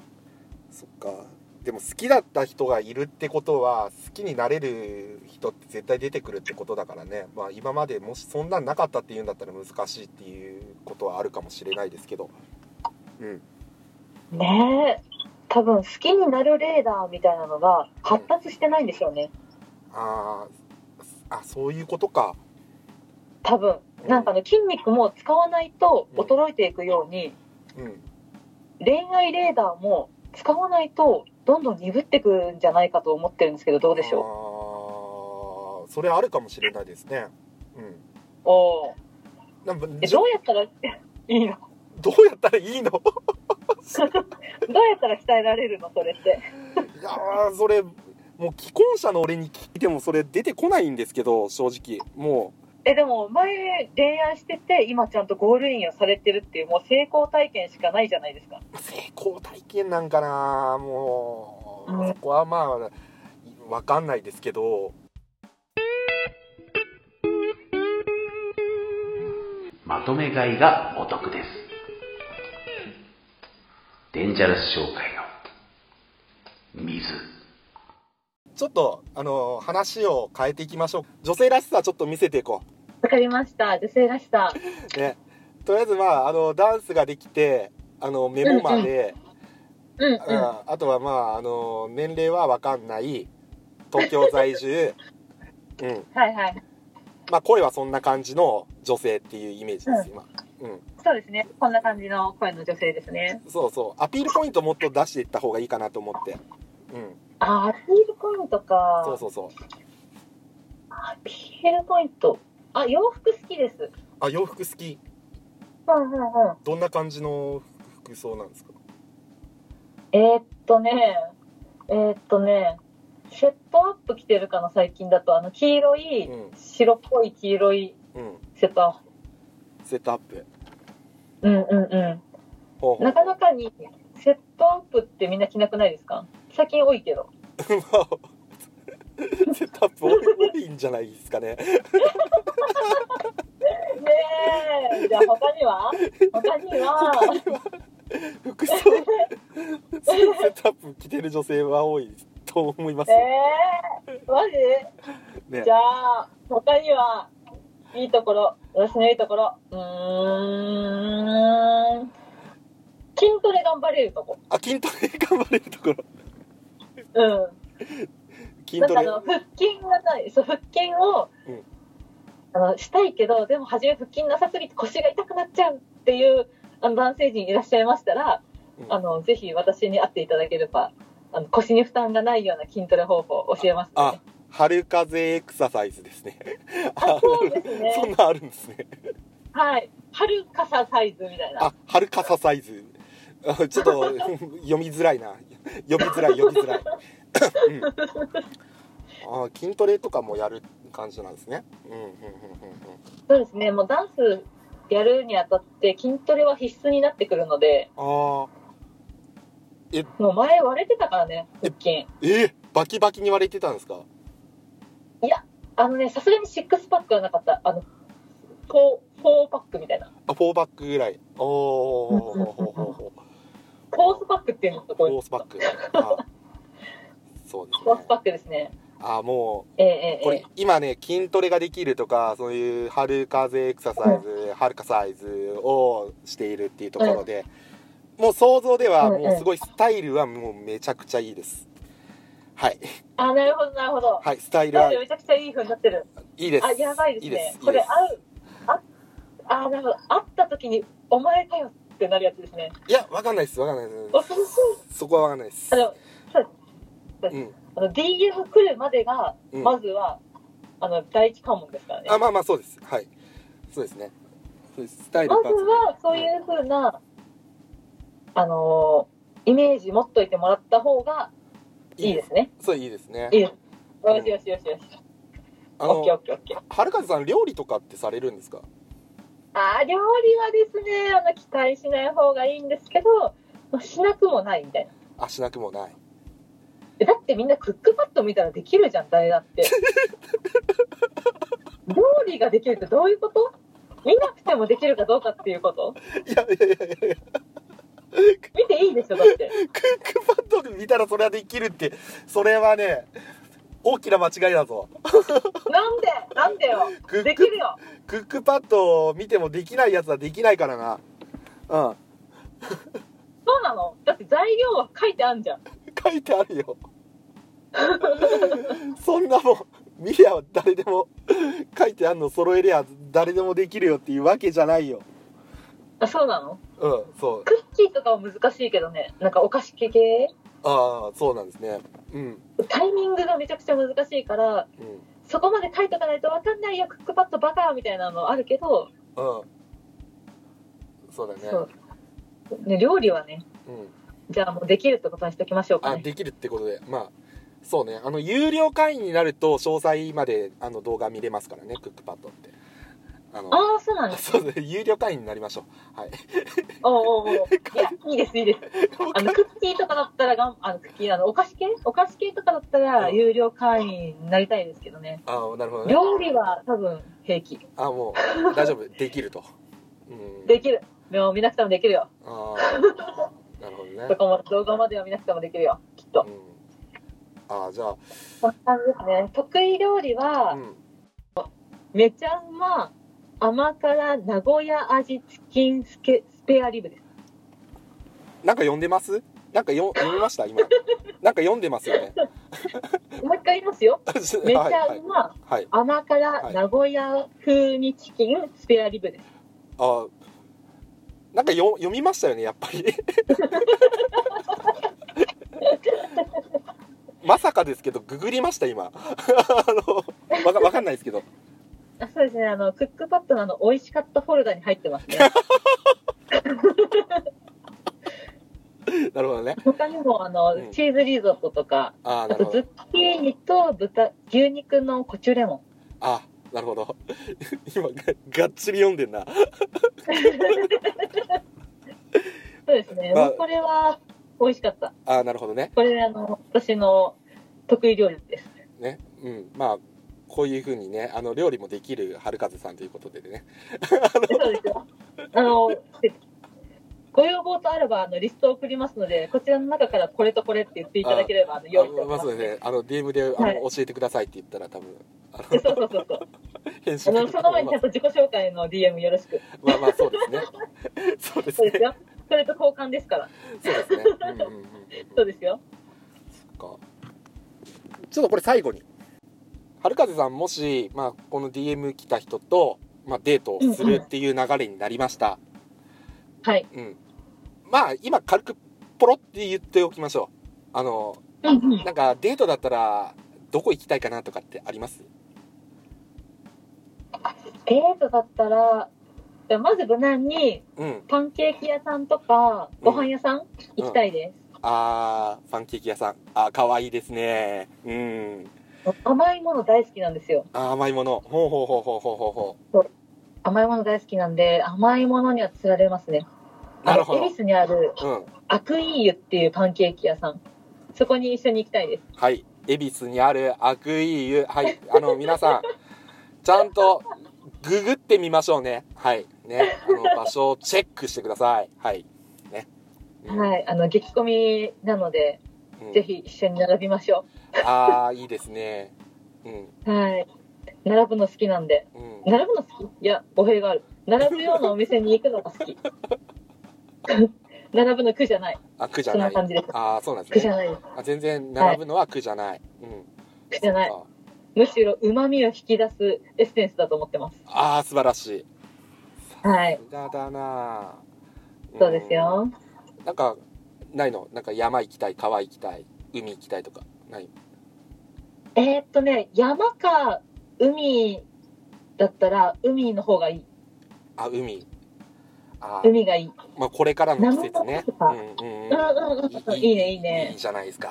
[SPEAKER 1] そっかでも好きだった人がいるってことは好きになれる人って絶対出てくるってことだからねまあ今までもしそんなんなかったっていうんだったら難しいっていうことはあるかもしれないですけどうん
[SPEAKER 2] ねえ。多分好きになるレーダーみたいなのが発達してないんでしょうね。
[SPEAKER 1] あーあそういうことか
[SPEAKER 2] 多分。なんかね、筋肉も使わないと衰えていくように、
[SPEAKER 1] うん
[SPEAKER 2] 恋愛レーダーも使わないとどんどん鈍ってくるんじゃないかと思ってるんですけど、どうでしょ
[SPEAKER 1] ょうそれあるかもしれないですねうん
[SPEAKER 2] うおー
[SPEAKER 1] なんか
[SPEAKER 2] え
[SPEAKER 1] じ
[SPEAKER 2] ど
[SPEAKER 1] ょ
[SPEAKER 2] うやったら [LAUGHS] いいの
[SPEAKER 1] どうやったらいいの
[SPEAKER 2] どうやったら鍛えられるのそれって。 [LAUGHS]
[SPEAKER 1] いやーそれもう既婚者の俺に聞いてもそれ出てこないんですけど正直も
[SPEAKER 2] え、でも前恋愛してて、今ちゃんとゴールインをされてるっていう、もう成功体験しかないじゃないですか。
[SPEAKER 1] う成功体験なんかなもう
[SPEAKER 2] うん
[SPEAKER 1] そこはまあわかんないですけど
[SPEAKER 3] まとめ買いがお得です。デンジャラス紹介の水。
[SPEAKER 1] ちょっとあのー話を変えていきましょう女性らしさちょっと見せていこ
[SPEAKER 2] わかりました。女性らしさ。
[SPEAKER 1] うねとりあえずまああのダンスができてあのメモまで、
[SPEAKER 2] うんうん。
[SPEAKER 1] うんあとはまああの年齢はわかんない東京在住うん
[SPEAKER 2] はいはい。
[SPEAKER 1] まあ声はそんな感じの女性っていうイメージです今うん
[SPEAKER 2] そうですね。こんな感じの声の女性ですね。
[SPEAKER 1] そうそうアピールポイントもっと出していった方がいいかなと思ってうん
[SPEAKER 2] あー、アピールポイントか。
[SPEAKER 1] そうそうそう
[SPEAKER 2] アピールポイント。あ、洋服好きです。
[SPEAKER 1] あ洋服好き
[SPEAKER 2] うんうんうん。
[SPEAKER 1] どんな感じの服装なんですか
[SPEAKER 2] えー、っとね、えー、っとね、セットアップ着てるかな、最近だと。あの、黄色い、
[SPEAKER 1] うん
[SPEAKER 2] 白っぽい黄色い
[SPEAKER 1] うん
[SPEAKER 2] セットアップ。
[SPEAKER 1] セットアップ
[SPEAKER 2] うんうん
[SPEAKER 1] ほう
[SPEAKER 2] うん。
[SPEAKER 1] ほう
[SPEAKER 2] なかなかに、セットアップってみんな着なくないですか最近多いけど。
[SPEAKER 1] [LAUGHS] セットアップ多いんじゃないですかね
[SPEAKER 2] えじゃあ他には [LAUGHS] 他には
[SPEAKER 1] 服装セットアップ着てる女性は多いと思います
[SPEAKER 2] ええー、マジ
[SPEAKER 1] ね [LAUGHS]
[SPEAKER 2] じゃあ他にはいいところ私のいいところうーん筋トレ頑張れるとこ
[SPEAKER 1] あ筋トレ頑張れるところ
[SPEAKER 2] うん
[SPEAKER 1] 筋
[SPEAKER 2] なん
[SPEAKER 1] ト
[SPEAKER 2] かあ
[SPEAKER 1] レ
[SPEAKER 2] の腹筋がないそう腹筋を、
[SPEAKER 1] うん
[SPEAKER 2] あのしたいけどでも初め腹筋なさすぎて腰が痛くなっちゃうっていうあの男性陣いらっしゃいましたら、
[SPEAKER 1] うん
[SPEAKER 2] あのぜひ私に会っていただければあの腰に負担がないような筋トレ方法を教えますの
[SPEAKER 1] あ
[SPEAKER 2] で
[SPEAKER 1] 春風エクササイズですね
[SPEAKER 2] あそうです
[SPEAKER 1] [LAUGHS]
[SPEAKER 2] ね
[SPEAKER 1] そんなんあるんですね
[SPEAKER 2] はい春かさサイズみたいな
[SPEAKER 1] あ春カササイズあちょっと [LAUGHS] 読みづらいな読みづらい読みづらい、うん、あ筋トレとかもやる感じなんですねうんうんうんうんうん
[SPEAKER 2] そうですねもうダンスやるにあたって筋トレは必須になってくるので
[SPEAKER 1] ああ
[SPEAKER 2] もう前割れてたからね腹筋
[SPEAKER 1] えーバキバキに割れてたんですか
[SPEAKER 2] あのねさすがにシックスパックはなかったあのフォーフォーパックみたいな
[SPEAKER 1] あフォーバックぐらいお
[SPEAKER 2] [LAUGHS]
[SPEAKER 1] お
[SPEAKER 2] コースパックっていうのと
[SPEAKER 1] フ
[SPEAKER 2] こ
[SPEAKER 1] ォースバックあそうです
[SPEAKER 2] コース
[SPEAKER 1] ね
[SPEAKER 2] パックですね。
[SPEAKER 1] あも
[SPEAKER 2] ええ
[SPEAKER 1] う
[SPEAKER 2] え
[SPEAKER 1] こ
[SPEAKER 2] え
[SPEAKER 1] れ今ね筋トレができるとかそういう春風エクササイズ春風サイズをしているっていうところで、もう想像では
[SPEAKER 2] うんうん
[SPEAKER 1] もうすごいスタイルはもうめちゃくちゃいいですはい [LAUGHS]
[SPEAKER 2] あ、なるほど、なるほど。
[SPEAKER 1] はいスタイル
[SPEAKER 2] だっ
[SPEAKER 1] は
[SPEAKER 2] て
[SPEAKER 1] い
[SPEAKER 2] めちゃくちゃいい風になってる。
[SPEAKER 1] いです
[SPEAKER 2] あ、やばいですね。
[SPEAKER 1] いいです
[SPEAKER 2] これ、会う、あ、あ、なるほど。会った時に、お前かよってなるやつですね。
[SPEAKER 1] いやわかんないですわかんないで
[SPEAKER 2] 恐ろしい。
[SPEAKER 1] すそこはわかんないです
[SPEAKER 2] あの、
[SPEAKER 1] うん
[SPEAKER 2] あの DM 来るまでが、
[SPEAKER 1] うん
[SPEAKER 2] まずは、あの、第一関門ですからね。
[SPEAKER 1] あまあまあそうですはいそうですねそうですスタイル
[SPEAKER 2] まず
[SPEAKER 1] パーツ
[SPEAKER 2] は、そういう風な、あのーイメージ持っといてもらった方がいいですね。
[SPEAKER 1] そういいですね
[SPEAKER 2] いいです。
[SPEAKER 1] うん
[SPEAKER 2] よしよしよしよし。
[SPEAKER 1] あ
[SPEAKER 2] オッケーオッ
[SPEAKER 1] の
[SPEAKER 2] ケーオッケー。
[SPEAKER 1] 春風さん料理とかってされるんですか
[SPEAKER 2] あー料理はですねあの期待しない方がいいんですけどまあしなくもないみたいな
[SPEAKER 1] あしなくもない
[SPEAKER 2] えだってみんなクックパッド見たらできるじゃん誰
[SPEAKER 1] [LAUGHS]
[SPEAKER 2] だって料理ができるってどういうこと見なくてもできるかどうかっていうこと
[SPEAKER 1] いやいやいやいや
[SPEAKER 2] 見ていいでしょだ [LAUGHS] って
[SPEAKER 1] クックパッドで見たらそれはできるってそれはね大きな間違いだぞ
[SPEAKER 2] なんでなんでよ
[SPEAKER 1] クック
[SPEAKER 2] できるよ
[SPEAKER 1] クックパッドを見てもできないやつはできないからなうん
[SPEAKER 2] そうなのだって材料は書いてあんじゃん
[SPEAKER 1] 書いてあるよ [LAUGHS] そんなもん見りゃ誰でも書いてあんの揃えりゃ誰でもできるよっていうわけじゃないよ
[SPEAKER 2] あそうなの
[SPEAKER 1] うんそう
[SPEAKER 2] クッキーとかは難しいけどねなんかお菓子系系
[SPEAKER 1] ああそうなんですねうん
[SPEAKER 2] タイミングがめちゃくちゃ難しいから
[SPEAKER 1] うん
[SPEAKER 2] そこまで書いとかないと分かんないよクックパッドバカみたいなのあるけど、
[SPEAKER 1] うんそうだね
[SPEAKER 2] そう、ね、料理はね
[SPEAKER 1] うん
[SPEAKER 2] じゃあもうできるってことにしときましょうか
[SPEAKER 1] あ
[SPEAKER 2] ね
[SPEAKER 1] できるってことでまあそうねあの有料会員になると詳細まであの動画見れますからねクックパッドってあの
[SPEAKER 2] ああそうなんです
[SPEAKER 1] [LAUGHS] そうです有料会員になりましょうはい
[SPEAKER 2] おうおうおうい [LAUGHS] やいいですいいですあのクッキーとかだったらがんあのクッキーあのお菓子系お菓子系とかだったら有料会員になりたいですけどね
[SPEAKER 1] ああなるほどね
[SPEAKER 2] 料理は多分平気
[SPEAKER 1] あもう大丈夫できるとうん
[SPEAKER 2] できるでも見なくてもできるよ
[SPEAKER 1] ああなるほどね
[SPEAKER 2] そこも動画までは見なくてもできるよきっと
[SPEAKER 1] うんああじゃ
[SPEAKER 2] こんな感じですね得意料理は、
[SPEAKER 1] あうん
[SPEAKER 2] めちゃうま甘辛名古屋味チキンスケスペアリブです。
[SPEAKER 1] なんか読んでますなんかよ読みました今なんか読んでます
[SPEAKER 2] [LAUGHS]
[SPEAKER 1] よね
[SPEAKER 2] もう一回言いますよ。めちゃ
[SPEAKER 1] はいう
[SPEAKER 2] ま、
[SPEAKER 1] はいはい
[SPEAKER 2] 甘辛名古屋風味チキンスペアリブです。
[SPEAKER 1] あなんかよ読みましたよねやっぱ
[SPEAKER 2] [LAUGHS]
[SPEAKER 1] りまさかですけどググりました今 [LAUGHS] あのわかわかんないですけど
[SPEAKER 2] あそうですね、あの、クックパッドのあの、美味しかったフォルダに入ってま
[SPEAKER 1] [LAUGHS]
[SPEAKER 2] すね。
[SPEAKER 1] なるほどね
[SPEAKER 2] 他にも、あの
[SPEAKER 1] うん、
[SPEAKER 2] チーズリゾットとか、
[SPEAKER 1] あー
[SPEAKER 2] あ
[SPEAKER 1] なる
[SPEAKER 2] と
[SPEAKER 1] ほ
[SPEAKER 2] ズ
[SPEAKER 1] ど
[SPEAKER 2] ッキーニと豚、牛肉のコチュレモン。
[SPEAKER 1] あなるほど今ががっちり読んでんな
[SPEAKER 2] そうですね、
[SPEAKER 1] まあ
[SPEAKER 2] もうこれは美味しかった。
[SPEAKER 1] あなるほどね [LAUGHS]
[SPEAKER 2] これ、あの、私の得意料理です。
[SPEAKER 1] ねうんまあこういうふうにねあの料理もできる春風さんということでね
[SPEAKER 2] そうですよ。あの、ご要望とあれば、あの、リストを送りますので、こちらの中からこれとこれって言っていただければ、あ
[SPEAKER 1] あ
[SPEAKER 2] の、用意して
[SPEAKER 1] の
[SPEAKER 2] おき
[SPEAKER 1] ま
[SPEAKER 2] ま
[SPEAKER 1] あ
[SPEAKER 2] す
[SPEAKER 1] そう。ですねあの DM であの、
[SPEAKER 2] はい
[SPEAKER 1] 教えてくださいって言ったら多分あ
[SPEAKER 2] そ
[SPEAKER 1] の
[SPEAKER 2] うそうそう
[SPEAKER 1] [LAUGHS]
[SPEAKER 2] そう。
[SPEAKER 1] 編集
[SPEAKER 2] あ
[SPEAKER 1] でき
[SPEAKER 2] の、
[SPEAKER 1] ると
[SPEAKER 2] そ
[SPEAKER 1] 思
[SPEAKER 2] の
[SPEAKER 1] い
[SPEAKER 2] 前
[SPEAKER 1] ます
[SPEAKER 2] にちゃんと自己紹介の DM よろしく。
[SPEAKER 1] まあまあそうです
[SPEAKER 2] [LAUGHS]
[SPEAKER 1] ねそうです
[SPEAKER 2] そう
[SPEAKER 1] ね
[SPEAKER 2] ですよ。それと交換ですから。
[SPEAKER 1] そうですねうんうんうんうん
[SPEAKER 2] そうですよ。
[SPEAKER 1] かちょっとこれ最後に春風さんもし、まあ、この DM 来た人と、まあ、デートをするっていう流れになりました、
[SPEAKER 2] はい。
[SPEAKER 1] うんまあ今軽くポロって言っておきましょうあの
[SPEAKER 2] うんうん。
[SPEAKER 1] なんかデートだったらどこ行きたいかなとかってあります
[SPEAKER 2] デートだったら、でもまず無難に、
[SPEAKER 1] うん
[SPEAKER 2] パンケーキ屋さんとか、ご飯屋さん行きたいです。
[SPEAKER 1] あーパンケーキ屋さんあー可愛いですねうん
[SPEAKER 2] 甘いもの大好きなんですよ。
[SPEAKER 1] あー甘いものほうほうほうほうほうほうほ
[SPEAKER 2] 甘いもの大好きなんで、甘いものには釣られますね。
[SPEAKER 1] うなるほ
[SPEAKER 2] あの
[SPEAKER 1] ど
[SPEAKER 2] 恵比寿にある、
[SPEAKER 1] うん
[SPEAKER 2] アクイーユっていうパンケーキ屋さん。そこに一緒に行きたいです。
[SPEAKER 1] はい、恵比寿にあるアクイーユ、はい、あの皆さん、 [LAUGHS] ちゃんとググってみましょうね、はい、ね、あの場所をチェックしてください、はい、ね、うん
[SPEAKER 2] はい。あの、激混みなので、
[SPEAKER 1] うん
[SPEAKER 2] ぜひ一緒に並びましょ
[SPEAKER 1] ああ、いいですね、うん、
[SPEAKER 2] う。はい。並ぶの好きなんで。
[SPEAKER 1] うん、
[SPEAKER 2] 並ぶの好きいや、語弊がある。並ぶようなお店に行くのが好き。 [LAUGHS] 並ぶの苦じゃない。
[SPEAKER 1] あ、苦じゃ
[SPEAKER 2] そん
[SPEAKER 1] な、
[SPEAKER 2] ない感じです。
[SPEAKER 1] ああ、そうなんで
[SPEAKER 2] 苦
[SPEAKER 1] す
[SPEAKER 2] じ
[SPEAKER 1] ね、
[SPEAKER 2] ゃない。
[SPEAKER 1] あ全然並ぶのは苦じゃない、うん、
[SPEAKER 2] 苦じゃない。
[SPEAKER 1] あ
[SPEAKER 2] むしろ旨味を引き出すエッセンスだと思ってます。
[SPEAKER 1] あー、素晴らしい、
[SPEAKER 2] はい
[SPEAKER 1] さ。すがだな、ん
[SPEAKER 2] そうです、よ。
[SPEAKER 1] なんか、ないの、なんか山行きたい、川行きたい、海行きたいとか、ない、
[SPEAKER 2] えーっとね、山か海だったら海の方がいい。
[SPEAKER 1] あ、海。あー
[SPEAKER 2] 海がいい。
[SPEAKER 1] まあ、これからの季節ね。
[SPEAKER 2] 生
[SPEAKER 1] うんうん
[SPEAKER 2] う
[SPEAKER 1] う
[SPEAKER 2] んうんうん
[SPEAKER 1] ん。
[SPEAKER 2] うん。いいね、いいね
[SPEAKER 1] いい。じゃないですか。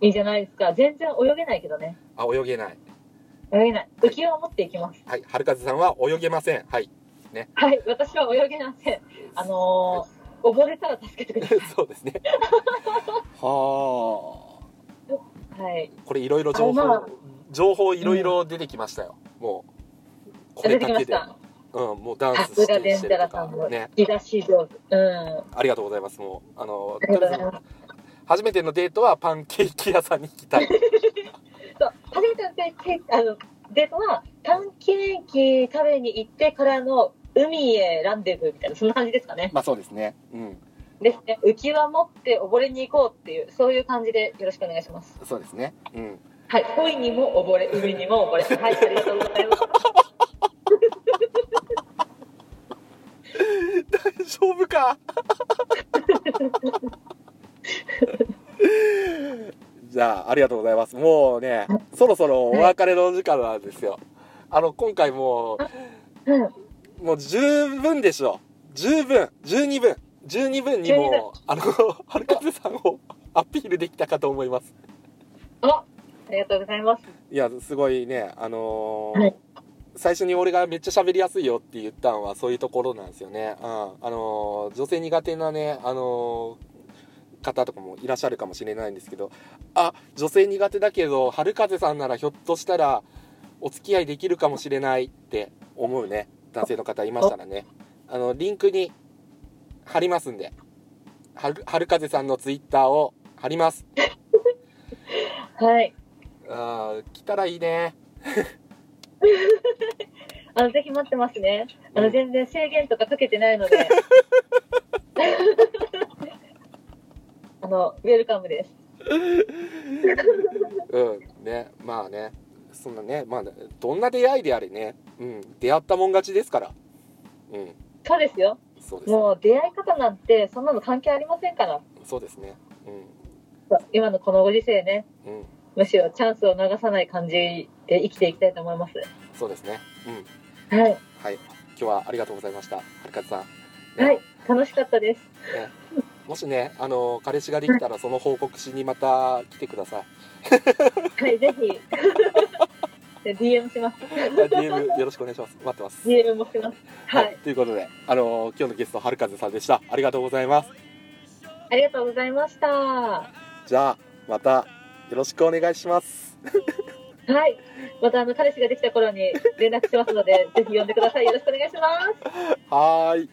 [SPEAKER 2] いいじゃないですか。全然泳げないけどね。
[SPEAKER 1] あ、泳げない。
[SPEAKER 2] 泳げない。浮き輪を持ってい
[SPEAKER 1] [LAUGHS]
[SPEAKER 2] きます。
[SPEAKER 1] はい、はるかずさんは泳げません。
[SPEAKER 2] [LAUGHS]
[SPEAKER 1] はい。
[SPEAKER 2] はい、私は泳げません。あのー溺れたら助けてくださ
[SPEAKER 1] そうですね。はあ。
[SPEAKER 2] い。はい。
[SPEAKER 1] これいろいろ情
[SPEAKER 2] あまあ
[SPEAKER 1] 報、情報いろいろ出てきましたよ。もう。これだ
[SPEAKER 2] 出てきま
[SPEAKER 1] け
[SPEAKER 2] し
[SPEAKER 1] で。
[SPEAKER 2] た。
[SPEAKER 1] うん、もうダン
[SPEAKER 2] さ
[SPEAKER 1] ス
[SPEAKER 2] す
[SPEAKER 1] し
[SPEAKER 2] が
[SPEAKER 1] て
[SPEAKER 2] デ
[SPEAKER 1] し
[SPEAKER 2] ン
[SPEAKER 1] て
[SPEAKER 2] ジ
[SPEAKER 1] る
[SPEAKER 2] ャ
[SPEAKER 1] と
[SPEAKER 2] ラさん
[SPEAKER 1] か
[SPEAKER 2] も、
[SPEAKER 1] ね。
[SPEAKER 2] 引き出し上手。うん。
[SPEAKER 1] ありがとうございます。もう、あの、
[SPEAKER 2] ありがと
[SPEAKER 1] と
[SPEAKER 2] う
[SPEAKER 1] り
[SPEAKER 2] ご
[SPEAKER 1] あえ
[SPEAKER 2] ざい
[SPEAKER 1] ず
[SPEAKER 2] ます。
[SPEAKER 1] 初めてのデートはパンケーキ屋さんに行き
[SPEAKER 2] [LAUGHS]
[SPEAKER 1] たい。
[SPEAKER 2] そう、初めてのデートあのデートは、パンケーキ食べに行ってからの海へランデブーみたいな、そんな感じですかね。
[SPEAKER 1] まあ、そうですね。うん。
[SPEAKER 2] ですね。浮き輪持って溺れに行こうっていう、そういう感じでよろしくお願いします。
[SPEAKER 1] そうですね。うん。
[SPEAKER 2] はい。恋にも溺れ、海にも溺
[SPEAKER 1] [LAUGHS]
[SPEAKER 2] れ。はい、ありがとうございます。
[SPEAKER 1] 大丈夫かじゃあありがとうございますもうねそろそろお別れのお時間なんですよあの今回も
[SPEAKER 2] うん。
[SPEAKER 1] うもう十分でしょ十分十二分十二分にもあのはるかぜさんをアピールできたかと思います
[SPEAKER 2] あ、ありがとうございます。
[SPEAKER 1] いやすごいねあのー
[SPEAKER 2] はい
[SPEAKER 1] 最初に俺がめっちゃ喋りやすいよって言ったのはそういうところなんですよね、うん、あのー女性苦手なねあのー方とかもいらっしゃるかもしれないんですけどあ女性苦手だけど春風さんならひょっとしたらお付き合いできるかもしれないって思うね男性の方いましたらねあのリンクに貼りますんではる春風さんのツイッターを貼ります
[SPEAKER 2] はい。
[SPEAKER 1] あー来たらいいね
[SPEAKER 2] あの、ぜひ待ってますね。あの、
[SPEAKER 1] うん
[SPEAKER 2] 全然制限とかかけてないの
[SPEAKER 1] [LAUGHS]
[SPEAKER 2] で。あの、ウェルカムです。
[SPEAKER 1] うんねまあねそんなねまあどんな出会いであれね、うん、出会ったもん勝ちですからうん
[SPEAKER 2] そうですよ。
[SPEAKER 1] そうです
[SPEAKER 2] もう出会い方なんて、そんなの関係ありませんから。
[SPEAKER 1] そうですね
[SPEAKER 2] そう今のこのご時世ね、
[SPEAKER 1] うんうん
[SPEAKER 2] むしろチャンスを流さない感じで生きていきたいと思います。
[SPEAKER 1] そうですねうん
[SPEAKER 2] はい。
[SPEAKER 1] はい今日はありがとうございましたはるかつさんね
[SPEAKER 2] はい。楽しかったです。
[SPEAKER 1] もしねあの彼氏ができたらその報告しにまた来てくだ
[SPEAKER 2] [LAUGHS]
[SPEAKER 1] さい
[SPEAKER 2] はい、ぜひ。で DM します。
[SPEAKER 1] DM よろしくお願いします待ってます、
[SPEAKER 2] DM もします。はい。
[SPEAKER 1] ということであの今日のゲストはるかぜさんでしたありがとうございます
[SPEAKER 2] ありがとうございました。
[SPEAKER 1] じゃあまたよろしくお願いします
[SPEAKER 2] はい。またあの彼氏ができた頃に連絡しますので、ぜひ呼んでください。よろしくお願いします。
[SPEAKER 1] はーい